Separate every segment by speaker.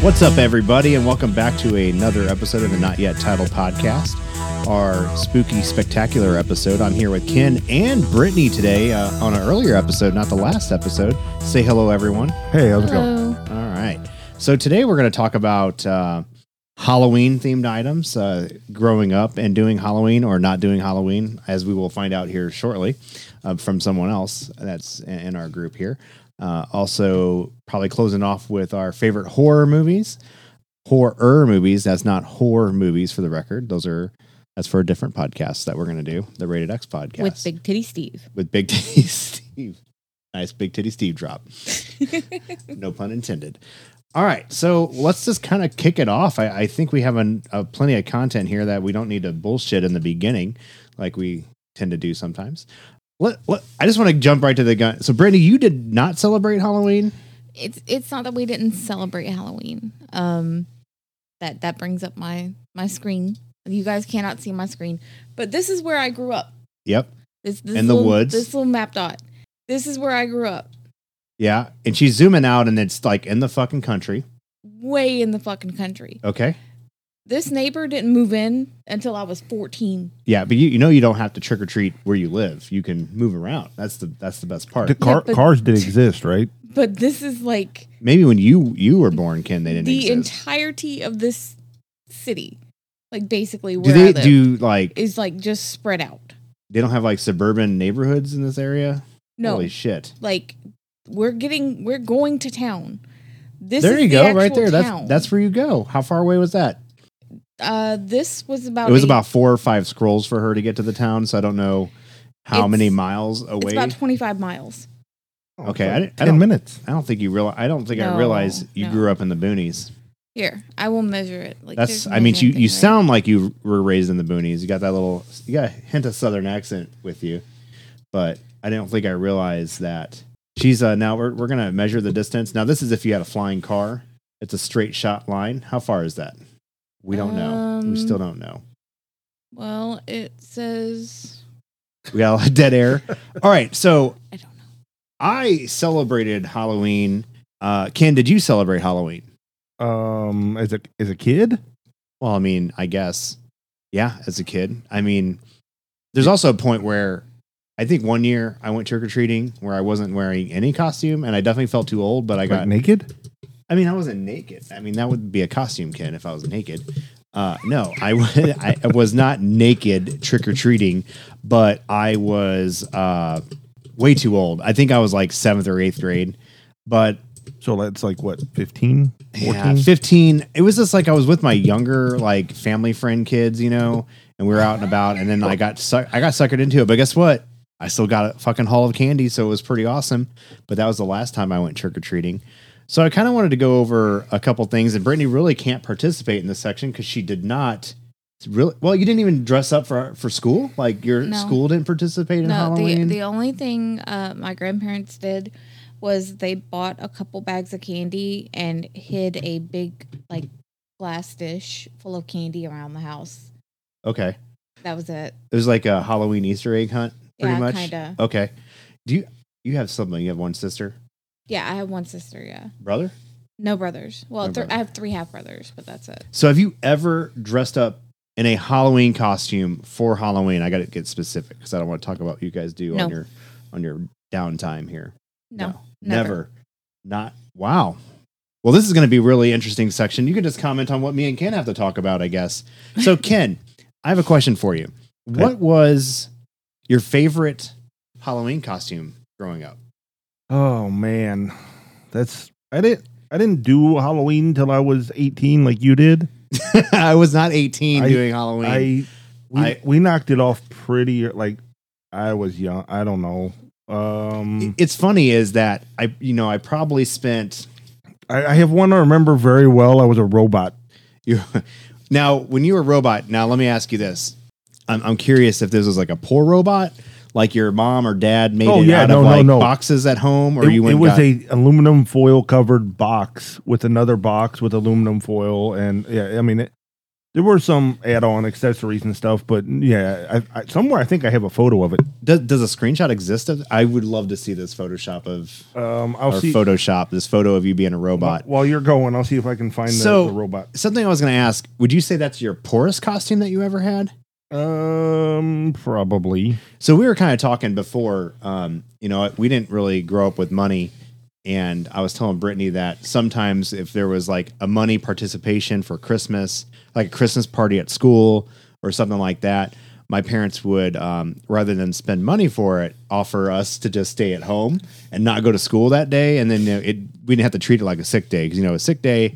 Speaker 1: What's up, everybody, and welcome back to another episode of the Not Yet Titled Podcast, our spooky, spectacular episode. I'm here with Ken and Brittany today uh, on an earlier episode, not the last episode. Say hello, everyone.
Speaker 2: Hey, how's it going?
Speaker 1: All right. So today we're going to talk about uh, Halloween themed items, uh, growing up and doing Halloween or not doing Halloween, as we will find out here shortly uh, from someone else that's in in our group here. Uh, also, probably closing off with our favorite horror movies, horror movies. That's not horror movies for the record. Those are that's for a different podcast that we're going to do, the Rated X podcast
Speaker 3: with Big Titty Steve.
Speaker 1: with Big Titty Steve. Nice Big Titty Steve drop. no pun intended. All right, so let's just kind of kick it off. I, I think we have an, a plenty of content here that we don't need to bullshit in the beginning, like we tend to do sometimes. Let, let, I just want to jump right to the gun. So, Brandy, you did not celebrate Halloween.
Speaker 3: It's it's not that we didn't celebrate Halloween. Um, that that brings up my my screen. You guys cannot see my screen, but this is where I grew up.
Speaker 1: Yep.
Speaker 3: This, this
Speaker 1: In the
Speaker 3: little-
Speaker 1: woods?
Speaker 3: This little map dot. This is where I grew up.
Speaker 1: Yeah. And she's zooming out, and it's like in the fucking country.
Speaker 3: Way in the fucking country.
Speaker 1: Okay.
Speaker 3: This neighbor didn't move in until I was fourteen.
Speaker 1: Yeah, but you, you know you don't have to trick or treat where you live. You can move around. That's the that's the best part.
Speaker 2: The car,
Speaker 3: but-
Speaker 2: cars did exist, right?
Speaker 3: But this is like
Speaker 1: Maybe when you you were born, Ken, they didn't
Speaker 3: the
Speaker 1: exist.
Speaker 3: entirety of this city, like basically
Speaker 1: do
Speaker 3: where I
Speaker 1: they
Speaker 3: live,
Speaker 1: do like
Speaker 3: is like just spread out.
Speaker 1: they don't have like suburban neighborhoods in this area?
Speaker 3: No,
Speaker 1: Holy shit.
Speaker 3: like we're getting we're going to town this
Speaker 1: there
Speaker 3: is
Speaker 1: you
Speaker 3: the
Speaker 1: go, right
Speaker 3: actual
Speaker 1: there.
Speaker 3: town.
Speaker 1: That's that's where you go. How far away was that?
Speaker 3: uh this was about
Speaker 1: It was
Speaker 3: a-
Speaker 1: about four or five scrolls for her to get to the town, so I don't know how
Speaker 3: It's-
Speaker 1: many miles
Speaker 3: it's
Speaker 1: away.
Speaker 3: about 25 miles
Speaker 1: Okay, I didn't- I
Speaker 2: Oh, ten
Speaker 1: don't-
Speaker 2: minutes.
Speaker 1: I don't think you realize. I don't think I
Speaker 3: No,
Speaker 1: realize you
Speaker 3: no.
Speaker 1: grew up in the boonies.
Speaker 3: here i will measure it like
Speaker 1: That's.
Speaker 3: there's
Speaker 1: I mean,
Speaker 3: no
Speaker 1: you
Speaker 3: thing,
Speaker 1: you
Speaker 3: right?
Speaker 1: sound like you were raised in the boonies. You got that little. You got a hint of southern accent with you, but I don't think I realized that. She's uh, now we're we're gonna measure the distance. Now this is if you had a flying car. It's a straight shot line. How far is that? We don't know. We
Speaker 3: Um,
Speaker 1: still don't know.
Speaker 3: well it says
Speaker 1: We got a lot of dead air. All right. So
Speaker 3: i don't know
Speaker 1: I celebrated Halloween. Uh, Ken, did you celebrate Halloween?
Speaker 2: Um, as a as a kid,
Speaker 1: Well, I mean, I guess, yeah, as a kid. I mean, there's also a point where I think one year I went trick or treating where I wasn't wearing any costume and I definitely felt too old, but I
Speaker 2: like
Speaker 1: got,
Speaker 2: naked.
Speaker 1: I mean, I wasn't naked. I mean, that would be a costume, Ken, if I was naked. Uh, no, I, w- I was not naked trick or treating, but I was uh, way too old. I think I was like seventh or eighth grade, but
Speaker 2: So that's like what 15, 14?
Speaker 1: yeah, 15 it was just like i was with my younger like family friend kids you know and we were out and about and then i got suck- i got suckered into it but guess what i still got a fucking haul of candy so it was pretty awesome but that was the last time i went trick-or-treating so i kind of wanted to go over a couple things and brittany really can't participate in this section because she did not really well you didn't even dress up for for school like your
Speaker 3: No.
Speaker 1: school didn't participate in
Speaker 3: no the,
Speaker 1: halloween
Speaker 3: the only thing uh, my grandparents did was they bought a couple bags of candy and hid a big like glass dish full of candy around the house
Speaker 1: okay
Speaker 3: that was it
Speaker 1: it was like a halloween easter egg hunt pretty
Speaker 3: yeah
Speaker 1: much
Speaker 3: kinda
Speaker 1: okay do you you have sibling you have one sister
Speaker 3: yeah i have one sister yeah
Speaker 1: brother.
Speaker 3: No brothers. Well,
Speaker 1: No
Speaker 3: thr-
Speaker 1: brother.
Speaker 3: I have three half brothers, but that's it.
Speaker 1: So have you ever dressed up in a Halloween costume for Halloween? I got to get specific because I don't want to talk about what you guys do
Speaker 3: No.
Speaker 1: on your on your downtime here.
Speaker 3: No,
Speaker 1: never.
Speaker 3: never.
Speaker 1: Not wow. Well, this is going to be a really interesting section. You can just comment on what me and Ken have to talk about, I guess. So, Ken, I have a question for you. What was your favorite Halloween costume growing up?
Speaker 2: Oh man, that's I didn't I didn't do Halloween till I was eighteen, like you did.
Speaker 1: I was not 18
Speaker 2: I-
Speaker 1: doing Halloween.
Speaker 2: I we
Speaker 1: I-
Speaker 2: we knocked it off pretty like I was young. I don't know. Um,
Speaker 1: it's funny is that I, you know, I probably spent
Speaker 2: I, I have one I remember very well. I was a robot.
Speaker 1: You now, when you were a robot, now let me ask you this: I'm, I'm curious if this was like a poor robot, like your mom or dad made
Speaker 2: Oh,
Speaker 1: it
Speaker 2: yeah,
Speaker 1: out
Speaker 2: no,
Speaker 1: of
Speaker 2: no,
Speaker 1: like
Speaker 2: no.
Speaker 1: boxes at home, or
Speaker 2: it,
Speaker 1: you went
Speaker 2: it
Speaker 1: and
Speaker 2: was
Speaker 1: got-
Speaker 2: a aluminum foil covered box with another box with aluminum foil and yeah i mean it, There were some add-on accessories and stuff, but yeah, I, I, somewhere I think I have a photo of it.
Speaker 1: Does, does a screenshot exist? Of, I would love to see this Photoshop of
Speaker 2: Um, I'll
Speaker 1: or
Speaker 2: see.
Speaker 1: Photoshop this photo of you being a robot.
Speaker 2: While you're going, I'll see if I can find the,
Speaker 1: So-
Speaker 2: the robot.
Speaker 1: Something I was going to ask: Would you say that's your poorest costume that you ever had?
Speaker 2: Um, probably.
Speaker 1: So we were kind of talking before, um, you know, we didn't really grow up with money. And I was telling Brittany that sometimes if there was like a money participation for Christmas, like a Christmas party at school or something like that, my parents would, um, rather than spend money for it, offer us to just stay at home and not go to school that day. And then you know, it, we didn't have to treat it like a sick day because, you know, a sick day,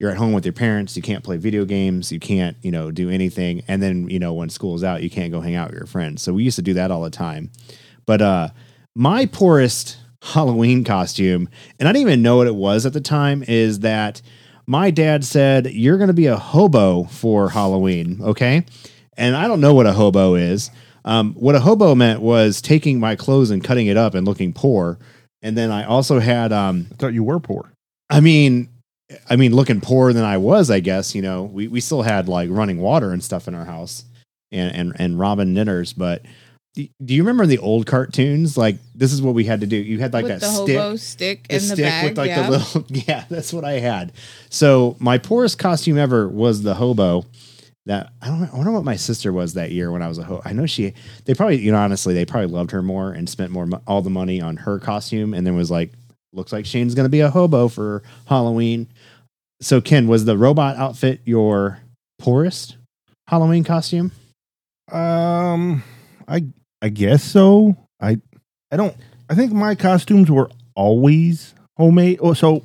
Speaker 1: you're at home with your parents, you can't play video games, you can't, you know, do anything. And then, you know, when school's out, you can't go hang out with your friends. So we used to do that all the time. But uh my poorest Halloween costume, and I didn't even know what it was at the time, is that my dad said, You're gonna be a hobo for Halloween, okay? And I don't know what a hobo is. Um, what a hobo meant was taking my clothes and cutting it up and looking poor. And then I also had um,
Speaker 2: I thought you were poor.
Speaker 1: I mean, I mean, looking poorer than I was, I guess. You know, we, we still had like running water and stuff in our house, and and and Robin knitters. But do, do you remember the old cartoons? Like this is what we had to do. You had like
Speaker 3: with
Speaker 1: that
Speaker 3: the
Speaker 1: stick,
Speaker 3: hobo stick
Speaker 1: the
Speaker 3: in the
Speaker 1: stick
Speaker 3: bag.
Speaker 1: with like
Speaker 3: yeah.
Speaker 1: the little. Yeah, that's what I had. So my poorest costume ever was the hobo. That I don't. I wonder what my sister was that year when I was a hobo. I know she. They probably, you know, honestly, they probably loved her more and spent more mo- all the money on her costume, and then was like, looks like Shane's going to be a hobo for Halloween. So, Ken, was the robot outfit your poorest Halloween costume?
Speaker 2: Um, I I guess so. I I don't. I think my costumes were always homemade. Oh, so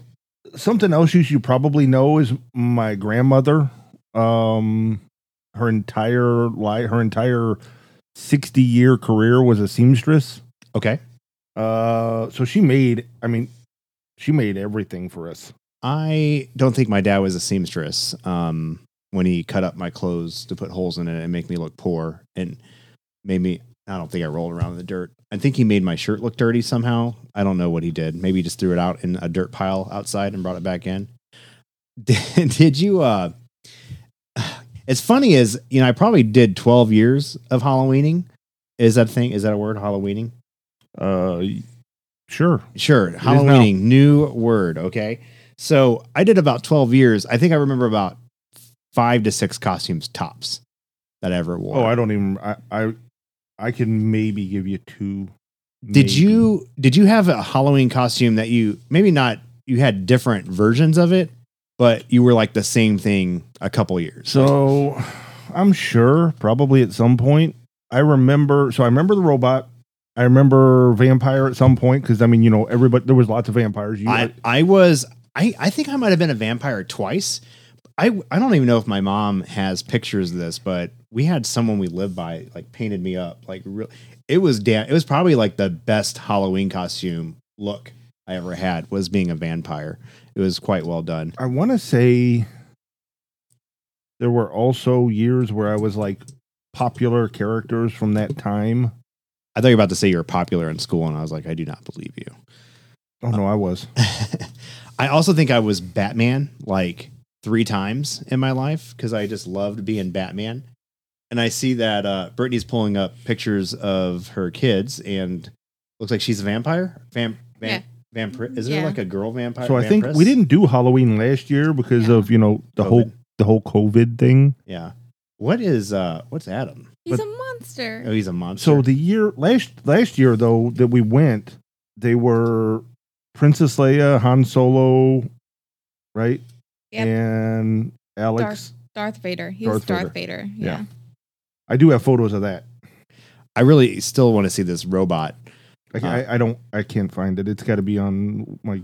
Speaker 2: something else you should probably know is my grandmother. Um, her entire life, her entire sixty year career was a seamstress.
Speaker 1: Okay,
Speaker 2: Uh, so she made. I mean, she made everything for us.
Speaker 1: I don't think my dad was a seamstress. Um, when he cut up my clothes to put holes in it and make me look poor, and made me. I don't think I rolled around in the dirt. I think he made my shirt look dirty somehow. I don't know what he did. Maybe he just threw it out in a dirt pile outside and brought it back in. Did, did you uh It's funny is, you know, I probably did 12 years of Halloweening. Is that a thing? Is that a word Halloweening?
Speaker 2: Uh, sure.
Speaker 1: Sure,
Speaker 2: now.
Speaker 1: Halloweening, new word, okay? So, I did about 12 years. I think I remember about 5 to 6 costumes tops that I ever wore.
Speaker 2: Oh, I don't even. I I, I can maybe give you two.
Speaker 1: Did
Speaker 2: maybe.
Speaker 1: you did you have a Halloween costume that you maybe not you had different versions of it, but you were like the same thing a couple years?
Speaker 2: So I'm sure, probably at some point. I remember. So I remember the robot. I remember vampire at some point because I mean, you know, everybody there was lots of vampires. You,
Speaker 1: I, I was I, I think I might have been a vampire twice. I I don't even know if my mom has pictures of this, but we had someone we lived by like painted me up like real. It was damn. It was probably like the best Halloween costume look I ever had was being a vampire. It was quite well done.
Speaker 2: I want to say there were also years where I was like popular characters from that time.
Speaker 1: I thought you were about to say you were popular in school, and I was like, I do not believe you.
Speaker 2: Oh no, I was.
Speaker 1: I also think I was Batman like three times in my life because I just loved being Batman. And I see that uh, Brittany's pulling up pictures of her kids, and looks like she's a vampire. Vamp, vamp, vampire. Is there
Speaker 3: Yeah.
Speaker 1: like a girl vampire?
Speaker 2: So I think
Speaker 1: vampress?
Speaker 2: we didn't do Halloween last year because
Speaker 3: Yeah.
Speaker 2: of you know the
Speaker 1: COVID.
Speaker 2: whole the whole COVID thing.
Speaker 1: Yeah. What is uh? What's Adam?
Speaker 3: He's
Speaker 2: but-
Speaker 3: a monster.
Speaker 1: Oh, he's a monster.
Speaker 2: So the year last last year though that we went, they were Princess Leia, Han Solo, right?
Speaker 3: Yep.
Speaker 2: And Alex.
Speaker 3: Darth Vader. He was
Speaker 2: Darth
Speaker 3: Darth Vader.
Speaker 2: Yeah.
Speaker 3: Yeah.
Speaker 2: I do have photos of that.
Speaker 1: I really still want to see this robot.
Speaker 2: I, ca-
Speaker 1: Ah.
Speaker 2: I, I don't. I can't find it. It's got to be on like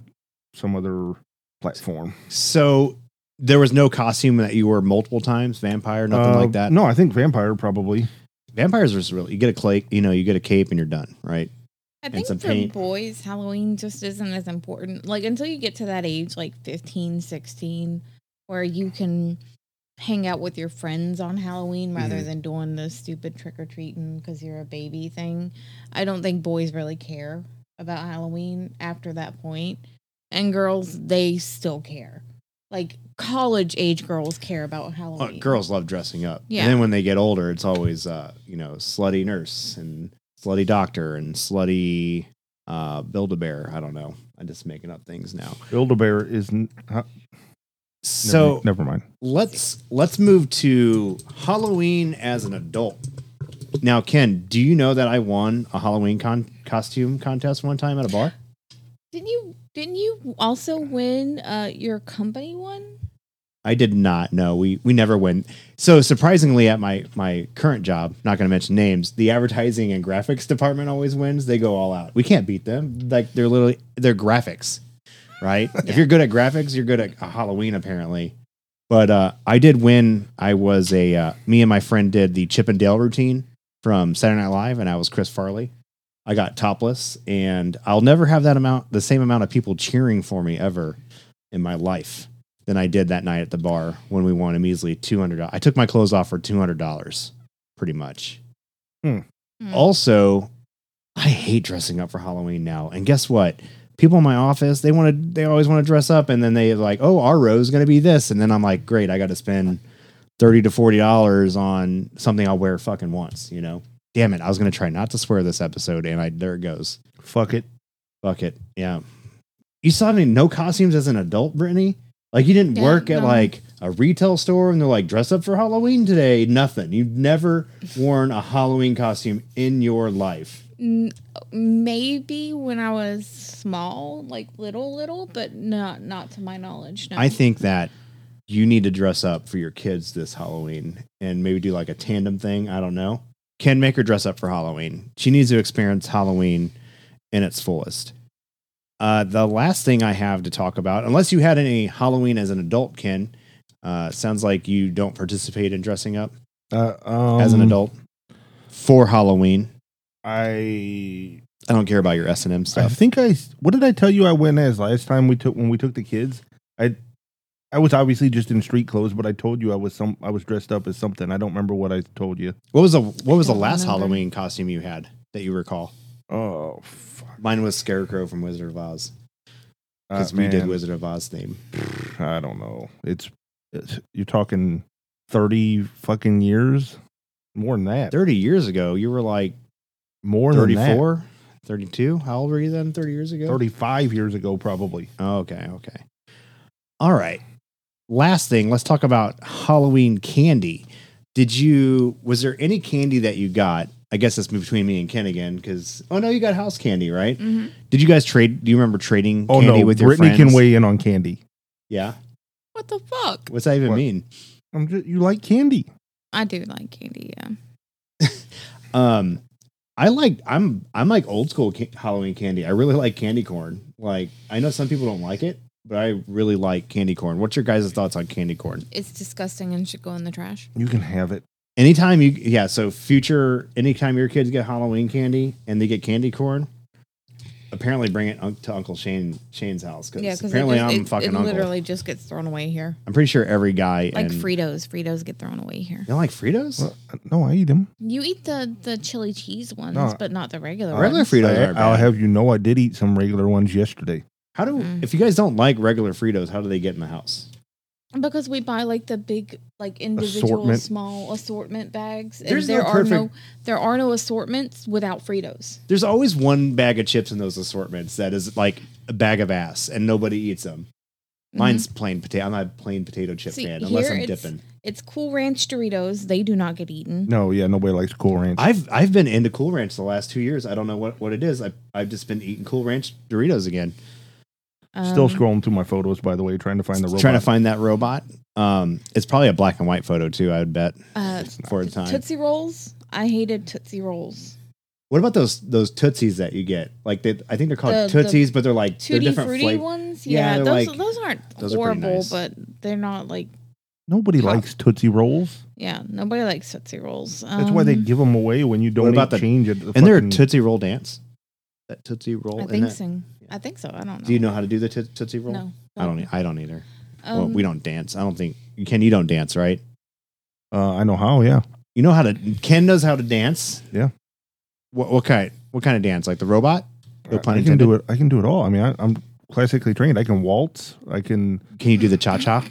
Speaker 2: some other platform.
Speaker 1: So there was no costume that you were multiple times vampire, nothing
Speaker 2: Uh,
Speaker 1: like that.
Speaker 2: No, I think vampire probably.
Speaker 1: Vampires are just really you get a clay, you know, you get a cape and you're done, right?
Speaker 3: I
Speaker 1: And
Speaker 3: think
Speaker 1: some
Speaker 3: for
Speaker 1: paint.
Speaker 3: boys, Halloween just isn't as important. Like until you get to that age, like 15, 16, where you can hang out with your friends on Halloween rather
Speaker 1: Mhm.
Speaker 3: than doing the stupid trick or treating because you're a baby thing. I don't think boys really care about Halloween after that point, and girls they still care. like college age girls care about Halloween.
Speaker 1: Uh, girls love dressing up.
Speaker 3: Yeah.
Speaker 1: And then when they get older, it's always uh, you know, slutty nurse and slutty doctor and slutty uh build a bear. I don't know. I'm just making up things now.
Speaker 2: Build a bear is n- huh, never,
Speaker 1: So
Speaker 2: never mind.
Speaker 1: let's let's move to Halloween as an adult. Now, Ken, do you know that I won a Halloween con- costume contest one time at a bar?
Speaker 3: Didn't you? Didn't you also win uh, your company one?
Speaker 1: I did not know. We we never win. So surprisingly, at my my current job, not going to mention names, the advertising and graphics department always wins. They go all out. We can't beat them. Like they're literally they're graphics, right? If you're good at graphics, you're good at Halloween apparently. But uh, I did win. I was a uh, me and my friend did the Chip and Dale routine from Saturday Night Live, and I was Chris Farley. I got topless, and I'll never have that amount the same amount of people cheering for me ever in my life than I did that night at the bar when we won a measly two hundred. I took my clothes off for two hundred dollars, pretty much.
Speaker 2: Hmm.
Speaker 3: Hmm.
Speaker 1: Also, I hate dressing up for Halloween now. And guess what? People in my office they want to. They always want to dress up, and then they like, oh, our row is going to be this, and then I'm like, great, I got to spend thirty to forty dollars on something I'll wear fucking once. You know, damn it, I was going to try not to swear this episode, and I there it goes.
Speaker 2: Fuck it.
Speaker 1: Fuck it, yeah. You saw me no costumes as an adult, Brittany. Like you didn't
Speaker 3: Yeah,
Speaker 1: work at
Speaker 3: no.
Speaker 1: like a retail store and they're like dress up for Halloween today. Nothing. You've never worn a Halloween costume in your life.
Speaker 3: N- maybe when I was small, like little, little, but not not to my knowledge. No.
Speaker 1: I think that you need to dress up for your kids this Halloween and maybe do like a tandem thing. I don't know. Can make her dress up for Halloween. She needs to experience Halloween in its fullest. Uh, the last thing I have to talk about, unless you had any Halloween as an adult, Ken, uh, sounds like you don't participate in dressing up
Speaker 2: Uh, um,
Speaker 1: as an adult for Halloween.
Speaker 2: I
Speaker 1: I don't care about your S and M
Speaker 2: I
Speaker 1: stuff.
Speaker 2: think I what did I tell you I went as last time we took when we took the kids? I I was obviously just in street clothes, but I told you I was some I was dressed up as something. I don't remember what I told you.
Speaker 1: what was the What was the
Speaker 3: I don't
Speaker 1: last
Speaker 3: remember.
Speaker 1: Halloween costume you had that you recall?
Speaker 2: Oh fuck.
Speaker 1: Mine was Scarecrow from Wizard of Oz
Speaker 2: Uh,
Speaker 1: because we did
Speaker 2: man,
Speaker 1: Wizard of Oz theme.
Speaker 2: I don't know. It's, it's you're talking 30 fucking years more than that.
Speaker 1: Thirty years ago, you were like
Speaker 2: More than that.
Speaker 1: 34, 32. How old were you then? Thirty years ago. Oh,
Speaker 2: 35 years ago probably.
Speaker 1: Okay. Okay. All right. Last thing, let's talk about Halloween candy. Did you, was there any candy that you got? I guess that's between me and Ken again, because, oh no, you got house candy, right?
Speaker 3: Mhm.
Speaker 1: Did you guys trade? Do you remember trading
Speaker 2: Oh
Speaker 1: candy
Speaker 2: no,
Speaker 1: with your
Speaker 2: Brittany
Speaker 1: friends?
Speaker 2: can weigh in on candy.
Speaker 1: Yeah.
Speaker 3: What the fuck?
Speaker 1: What's that even
Speaker 2: What?
Speaker 1: mean?
Speaker 2: I'm just you like candy.
Speaker 3: I do like candy. Yeah.
Speaker 1: Um, I like I'm I'm like old school ca- Halloween candy. I really like candy corn. Like I know some people don't like it, but I really like candy corn. What's your guys' thoughts on candy corn?
Speaker 3: It's disgusting and should go in the trash.
Speaker 2: You can have it.
Speaker 1: Anytime you yeah, so future anytime your kids get Halloween candy and they get candy corn, apparently bring it un- to Uncle Shane Shane's house because
Speaker 3: Yeah, because
Speaker 1: apparently
Speaker 3: it, just-
Speaker 1: I'm
Speaker 3: it,
Speaker 1: fucking
Speaker 3: it
Speaker 1: uncle.
Speaker 3: literally just gets thrown away here.
Speaker 1: I'm pretty sure every guy
Speaker 3: Like
Speaker 1: and,
Speaker 3: Fritos, Fritos get thrown away here.
Speaker 1: You don't like Fritos?
Speaker 2: Well, no, I eat them.
Speaker 3: You eat the the chili cheese ones,
Speaker 2: No.
Speaker 3: but not the regular.
Speaker 1: Regular
Speaker 3: ones.
Speaker 1: Fritos
Speaker 2: I,
Speaker 1: aren't
Speaker 2: I'll
Speaker 1: bad.
Speaker 2: have you know I did eat some regular ones yesterday.
Speaker 1: How do
Speaker 3: Mm.
Speaker 1: if you guys don't like regular Fritos, how do they get in the house?
Speaker 3: Because we buy like the big, like individual
Speaker 2: Assortment.
Speaker 3: small assortment bags, and
Speaker 1: There's no
Speaker 3: there are no
Speaker 1: perfect-
Speaker 3: there are no assortments without Fritos.
Speaker 1: There's always one bag of chips in those assortments that is like a bag of ass, and nobody eats them. Mine's plain potato. I'm not a plain potato chip
Speaker 3: Mm-hmm. See,
Speaker 1: fan unless
Speaker 3: here
Speaker 1: I'm
Speaker 3: it's-
Speaker 1: dipping.
Speaker 3: It's Cool Ranch Doritos. They do not get eaten.
Speaker 2: No, yeah, nobody likes Cool Ranch.
Speaker 1: I've I've been into Cool Ranch the last two years. I don't know what, what it is. I I've just been eating Cool Ranch Doritos again,
Speaker 2: Still
Speaker 3: Um,
Speaker 2: scrolling through my photos, by the way, trying to find the robot.
Speaker 1: trying to find that robot. Um, it's probably a black and white photo too. I would bet
Speaker 3: Uh,
Speaker 1: for a time.
Speaker 3: Tootsie Rolls. I hated Tootsie Rolls.
Speaker 1: What about those those tootsies that you get? Like they, I think they're called
Speaker 3: The- the
Speaker 1: tootsies, but they're like they're
Speaker 3: Tutti
Speaker 1: different
Speaker 3: Frutti
Speaker 1: flavors.
Speaker 3: ones.
Speaker 1: Yeah,
Speaker 3: Yeah,
Speaker 1: they're
Speaker 3: those
Speaker 1: like-
Speaker 3: those aren't
Speaker 1: those are pretty
Speaker 3: horrible,
Speaker 1: nice.
Speaker 3: but they're not like
Speaker 2: Nobody likes Tootsie Rolls.
Speaker 3: yeah. Nobody likes Tootsie Rolls.
Speaker 2: That's why they
Speaker 3: Um,
Speaker 2: give them away when you don't
Speaker 1: about the-
Speaker 2: change it.
Speaker 1: and they're a tootsie roll dance. That tootsie roll.
Speaker 3: I
Speaker 1: and
Speaker 3: think
Speaker 1: that-
Speaker 3: so. I think so. I don't know.
Speaker 1: Do you know how to do the toot- tootsie roll?
Speaker 3: No.
Speaker 1: I don't. e- I don't either.
Speaker 3: Um,
Speaker 1: well, we don't dance. I don't think Ken. You don't dance, right?
Speaker 2: uh, I know how. Yeah,
Speaker 1: You know how to. Ken knows how to dance.
Speaker 2: Yeah.
Speaker 1: What, what kind? What kind of dance? Like the robot? No
Speaker 2: I
Speaker 1: pun
Speaker 2: I can do it. I can do it all. I mean, I, I'm classically trained. I can waltz. I can.
Speaker 1: Can you do the cha cha?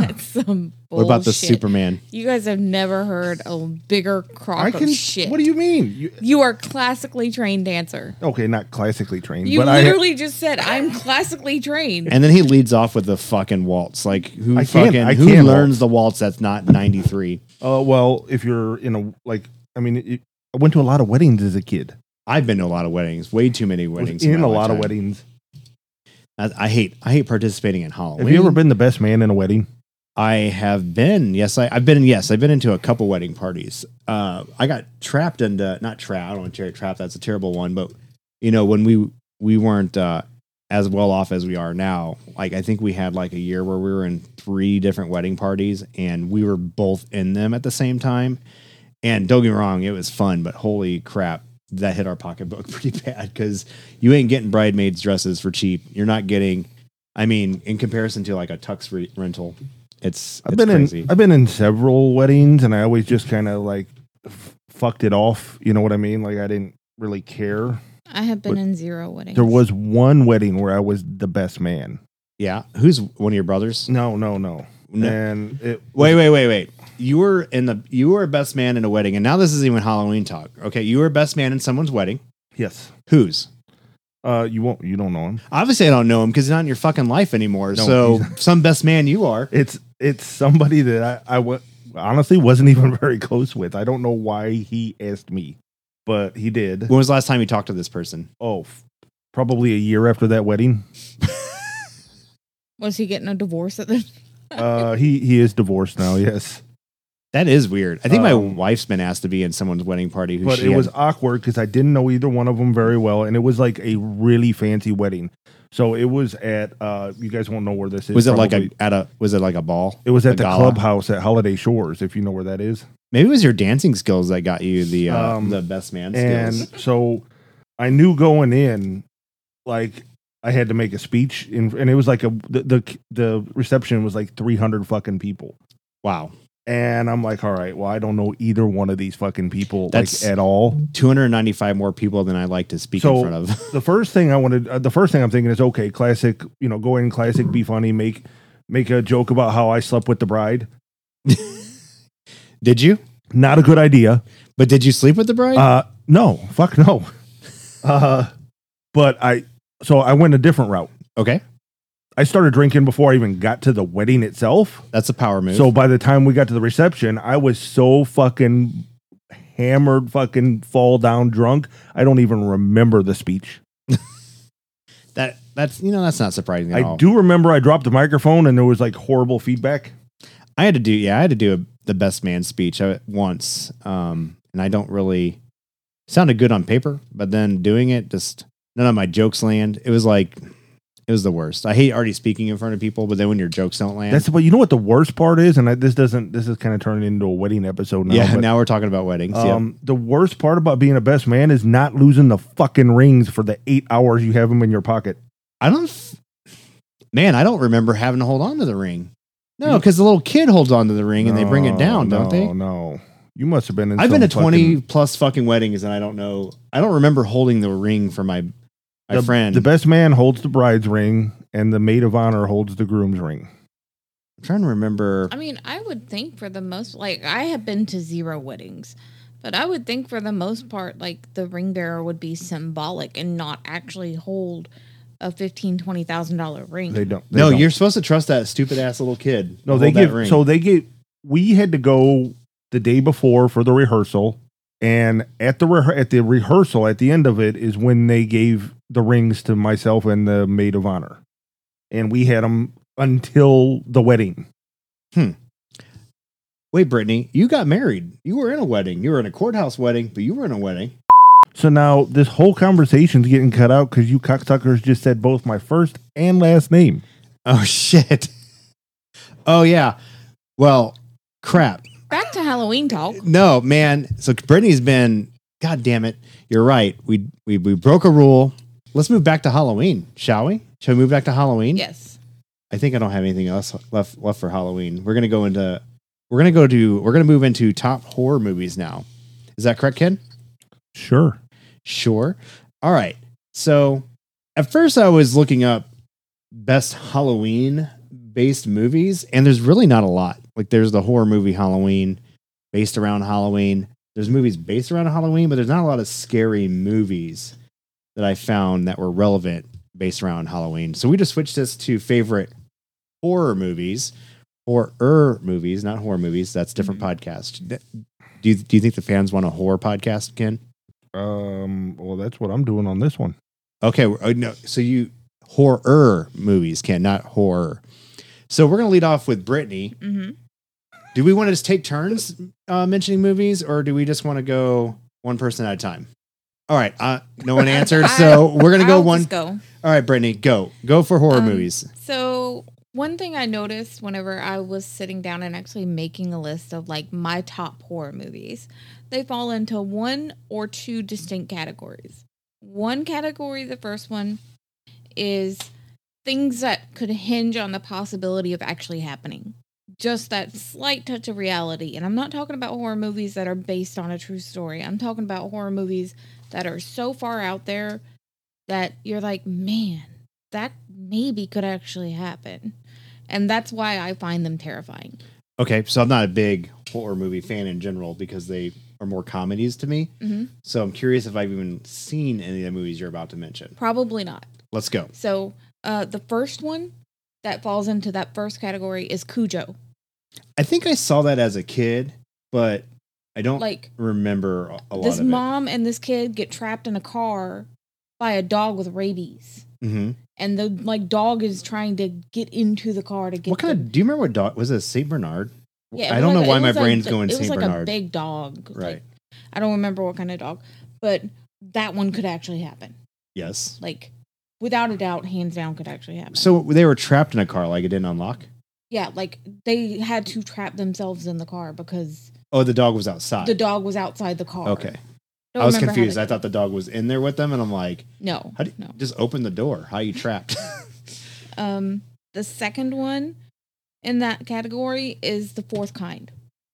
Speaker 3: That's some bullshit.
Speaker 1: What about the Superman?
Speaker 3: You guys have never heard a bigger crock
Speaker 2: I can.
Speaker 3: of shit.
Speaker 2: What do you mean? You,
Speaker 3: You are classically trained dancer.
Speaker 2: okay, not classically trained,
Speaker 3: You
Speaker 2: but I.
Speaker 3: literally just said I'm classically trained.
Speaker 1: And then he leads off with the fucking waltz. Like who
Speaker 2: I can-
Speaker 1: fucking
Speaker 2: I
Speaker 1: who
Speaker 2: can
Speaker 1: learns the waltz that's not ninety three?
Speaker 2: Uh, well, if you're in a like, I mean, it, I went to a lot of weddings as a kid.
Speaker 1: I've been to a lot of weddings, way too many
Speaker 2: I was
Speaker 1: weddings.
Speaker 2: in
Speaker 1: my
Speaker 2: a lot of
Speaker 1: lifetime.
Speaker 2: weddings.
Speaker 1: I, I hate I hate participating in Halloween.
Speaker 2: Have you ever been the best man in a wedding?
Speaker 1: I have been. Yes, I, I've been. Yes, I've been into a couple wedding parties. Uh, I got trapped into not trapped. I don't want to say trapped. That's a terrible one. But you know, when we we weren't uh, as well off as we are now. Like I think we had like a year where we were in three different wedding parties, and we were both in them at the same time. And don't get me wrong, it was fun, but holy crap, that hit our pocketbook pretty bad because you ain't getting bridesmaids dresses for cheap. You're not getting. I mean, in comparison to like a tux re- rental, it's
Speaker 2: I've
Speaker 1: it's
Speaker 2: been
Speaker 1: crazy.
Speaker 2: in I've been in several weddings, and I always just kind of like f- fucked it off. You know what I mean? Like I didn't really care.
Speaker 3: I have been
Speaker 2: But
Speaker 3: in zero weddings.
Speaker 2: There was one wedding where I was the best man.
Speaker 1: yeah, who's one of your brothers?
Speaker 2: No, no, no.
Speaker 1: No.
Speaker 2: And it
Speaker 1: Wait, wait, wait, wait. You were in the you were a best man in a wedding, and now this is even Halloween talk. Okay, you were a best man in someone's wedding.
Speaker 2: yes,
Speaker 1: Whose?
Speaker 2: uh, you won't. You don't know him.
Speaker 1: Obviously, I don't know him because he's not in your fucking life anymore.
Speaker 2: No,
Speaker 1: so,
Speaker 2: he's
Speaker 1: some best man you are.
Speaker 2: It's it's somebody that I I wa- honestly wasn't even very close with. I don't know why he asked me, but he did.
Speaker 1: When was the last time you talked to this person?
Speaker 2: Oh, f- probably a year after that wedding.
Speaker 3: Was he getting a divorce at the?
Speaker 2: Uh, he he is divorced now. Yes.
Speaker 1: That is weird. I think my
Speaker 2: Um,
Speaker 1: wife's been asked to be in someone's wedding party. Who
Speaker 2: but
Speaker 1: she
Speaker 2: it
Speaker 1: had-
Speaker 2: was awkward because I didn't know either one of them very well, and it was like a really fancy wedding. So it was at uh, you guys won't know where this is.
Speaker 1: was it like a
Speaker 2: probably.
Speaker 1: at a was it like a ball?
Speaker 2: It was
Speaker 1: a
Speaker 2: at the
Speaker 1: gala?
Speaker 2: clubhouse at Holiday Shores, if you know where that is.
Speaker 1: Maybe it was your dancing skills that got you the uh,
Speaker 2: Um,
Speaker 1: the best man
Speaker 2: And
Speaker 1: skills.
Speaker 2: so I knew going in, like I had to make a speech, in, and it was like a the the, the reception was like three hundred fucking people.
Speaker 1: Wow,
Speaker 2: And I'm like, all right, well, I don't know either one of these fucking people
Speaker 1: That's-
Speaker 2: like at all.
Speaker 1: two hundred ninety five more people than I like to speak
Speaker 2: So-
Speaker 1: in front of.
Speaker 2: the first thing I wanted, uh, the first thing I'm thinking is okay, classic, you know, go in classic, be funny, make make a joke about how I slept with the bride.
Speaker 1: did you?
Speaker 2: Not a good idea.
Speaker 1: But did you sleep with the bride?
Speaker 2: Uh, no, fuck no. Uh, but I, so I went a different route.
Speaker 1: okay,
Speaker 2: I started drinking before I even got to the wedding itself.
Speaker 1: that's a power move.
Speaker 2: So by the time we got to the reception, I was so fucking hammered, fucking fall down drunk. I don't even remember the speech.
Speaker 1: that that's you know that's not surprising at
Speaker 2: I
Speaker 1: all.
Speaker 2: do remember I dropped the microphone and there was like horrible feedback.
Speaker 1: I had to do yeah, I had to do a, the best man speech uh, once, um, and I don't really sounded good on paper, but then doing it just none of my jokes land. It was like it was the worst. I hate already speaking in front of people, but then when your jokes don't land,
Speaker 2: That's but you know what the worst part is, and I, this doesn't. This is kind of turning into a wedding episode now.
Speaker 1: yeah.
Speaker 2: but,
Speaker 1: Now we're talking about weddings. yeah.
Speaker 2: um, the worst part about being a best man is not losing the fucking rings for the eight hours you have them in your pocket.
Speaker 1: I don't, f- man, I don't remember having to hold on to the ring. No, because the little kid holds on to the ring and they bring it down,
Speaker 2: No,
Speaker 1: don't they?
Speaker 2: No, no. You must have been in.
Speaker 1: I've been
Speaker 2: some
Speaker 1: to 20
Speaker 2: fucking-
Speaker 1: plus fucking weddings and I don't know. I don't remember holding the ring for my my
Speaker 2: the,
Speaker 1: friend.
Speaker 2: The best man holds the bride's ring, and the maid of honor holds the groom's ring.
Speaker 1: I'm trying to remember.
Speaker 3: I mean, I would think for the most, like I have been to zero weddings, but I would think for the most part, like the ring bearer would be symbolic and not actually hold a fifteen twenty thousand dollar ring.
Speaker 2: They don't. They
Speaker 1: no,
Speaker 2: don't.
Speaker 1: you're supposed to trust that stupid ass little kid.
Speaker 2: No,
Speaker 1: to
Speaker 2: they
Speaker 1: hold that
Speaker 2: give.
Speaker 1: ring.
Speaker 2: So they get. We had to go the day before for the rehearsal, and at the rehe at the rehearsal at the end of it is when they gave the rings to myself and the maid of honor, and we had them until the wedding.
Speaker 1: Wait, Brittany, you got married. You were in a wedding. You were in a courthouse wedding, but you were in a wedding.
Speaker 2: So now this whole conversation's getting cut out because you cocksuckers just said both my first and last name.
Speaker 1: Oh, shit. oh, yeah. Well, crap.
Speaker 3: Back to Halloween talk.
Speaker 1: No, man. So Brittany's been, God damn it. You're right. We, we, we broke a rule. Let's move back to Halloween, shall we? Shall we move back to Halloween?
Speaker 3: Yes,
Speaker 1: I think I don't have anything else left left for Halloween. We're gonna go into we're gonna go to we're gonna move into top horror movies now. Is that correct, Ken?
Speaker 2: Sure.
Speaker 1: Sure. All right. So at first I was looking up best Halloween based movies, and there's really not a lot. Like there's the horror movie Halloween based around Halloween. There's movies based around Halloween, but there's not a lot of scary movies that I found that were relevant based around Halloween. So we just switched this to favorite horror movies, horror movies, not horror movies. That's a different podcast. Th- Do you, do you think the fans want a horror podcast, Ken?
Speaker 2: Um, well, that's what I'm doing on this one.
Speaker 1: Okay, we're- oh, no. So you horror movies, Ken, not horror. So we're gonna lead off with Brittany.
Speaker 3: Mm-hmm.
Speaker 1: Do we want to just take turns uh, mentioning movies, or do we just want to go one person at a time? All right, uh, no one answered, so we're gonna go
Speaker 3: I'll
Speaker 1: one.
Speaker 3: just go.
Speaker 1: All right, Brittany, go go for horror
Speaker 3: Um,
Speaker 1: movies.
Speaker 3: So one thing I noticed whenever I was sitting down and actually making a list of like my top horror movies, they fall into one or two distinct categories. One category, the first one, is things that could hinge on the possibility of actually happening. Just that slight touch of reality. And I'm not talking about horror movies that are based on a true story. I'm talking about horror movies that are so far out there that you're like, man, that maybe could actually happen. And that's why I find them terrifying.
Speaker 1: Okay, so I'm not a big horror movie fan in general because they are more comedies to me.
Speaker 3: Mhm.
Speaker 1: So I'm curious if I've even seen any of the movies you're about to mention.
Speaker 3: Probably not.
Speaker 1: Let's go.
Speaker 3: So, uh, the first one that falls into that first category is Cujo.
Speaker 1: I think I saw that as a kid, but I don't
Speaker 3: Like,
Speaker 1: remember a- a lot
Speaker 3: this
Speaker 1: of
Speaker 3: mom and this kid get trapped in a car by a dog with rabies.
Speaker 1: it. hmm
Speaker 3: And the like dog is trying to get into the car to get
Speaker 1: What kind
Speaker 3: them.
Speaker 1: of? Do you remember what dog was it? Saint Bernard.
Speaker 3: Yeah, it
Speaker 1: I
Speaker 3: was
Speaker 1: don't
Speaker 3: like
Speaker 1: know
Speaker 3: a-
Speaker 1: why
Speaker 3: it
Speaker 1: my
Speaker 3: was like
Speaker 1: brain's
Speaker 3: the-
Speaker 1: going
Speaker 3: It was
Speaker 1: Saint
Speaker 3: like a
Speaker 1: Bernard.
Speaker 3: big dog, like,
Speaker 1: Right.
Speaker 3: I don't remember what kind of dog, but that one could actually happen.
Speaker 1: yes.
Speaker 3: Like, without a doubt, hands down, could actually happen.
Speaker 1: So they were trapped in a car, like it didn't unlock.
Speaker 3: yeah, like they had to trap themselves in the car because
Speaker 1: Oh, the dog was outside.
Speaker 3: the dog was outside the car.
Speaker 1: okay,
Speaker 3: Don't
Speaker 1: I was
Speaker 3: remember how
Speaker 1: confused.
Speaker 3: they-
Speaker 1: I thought the dog was in there with them, and I'm like,
Speaker 3: no,
Speaker 1: how do you
Speaker 3: no.
Speaker 1: just open the door? How you trapped?
Speaker 3: Um, the second one in that category is the fourth kind.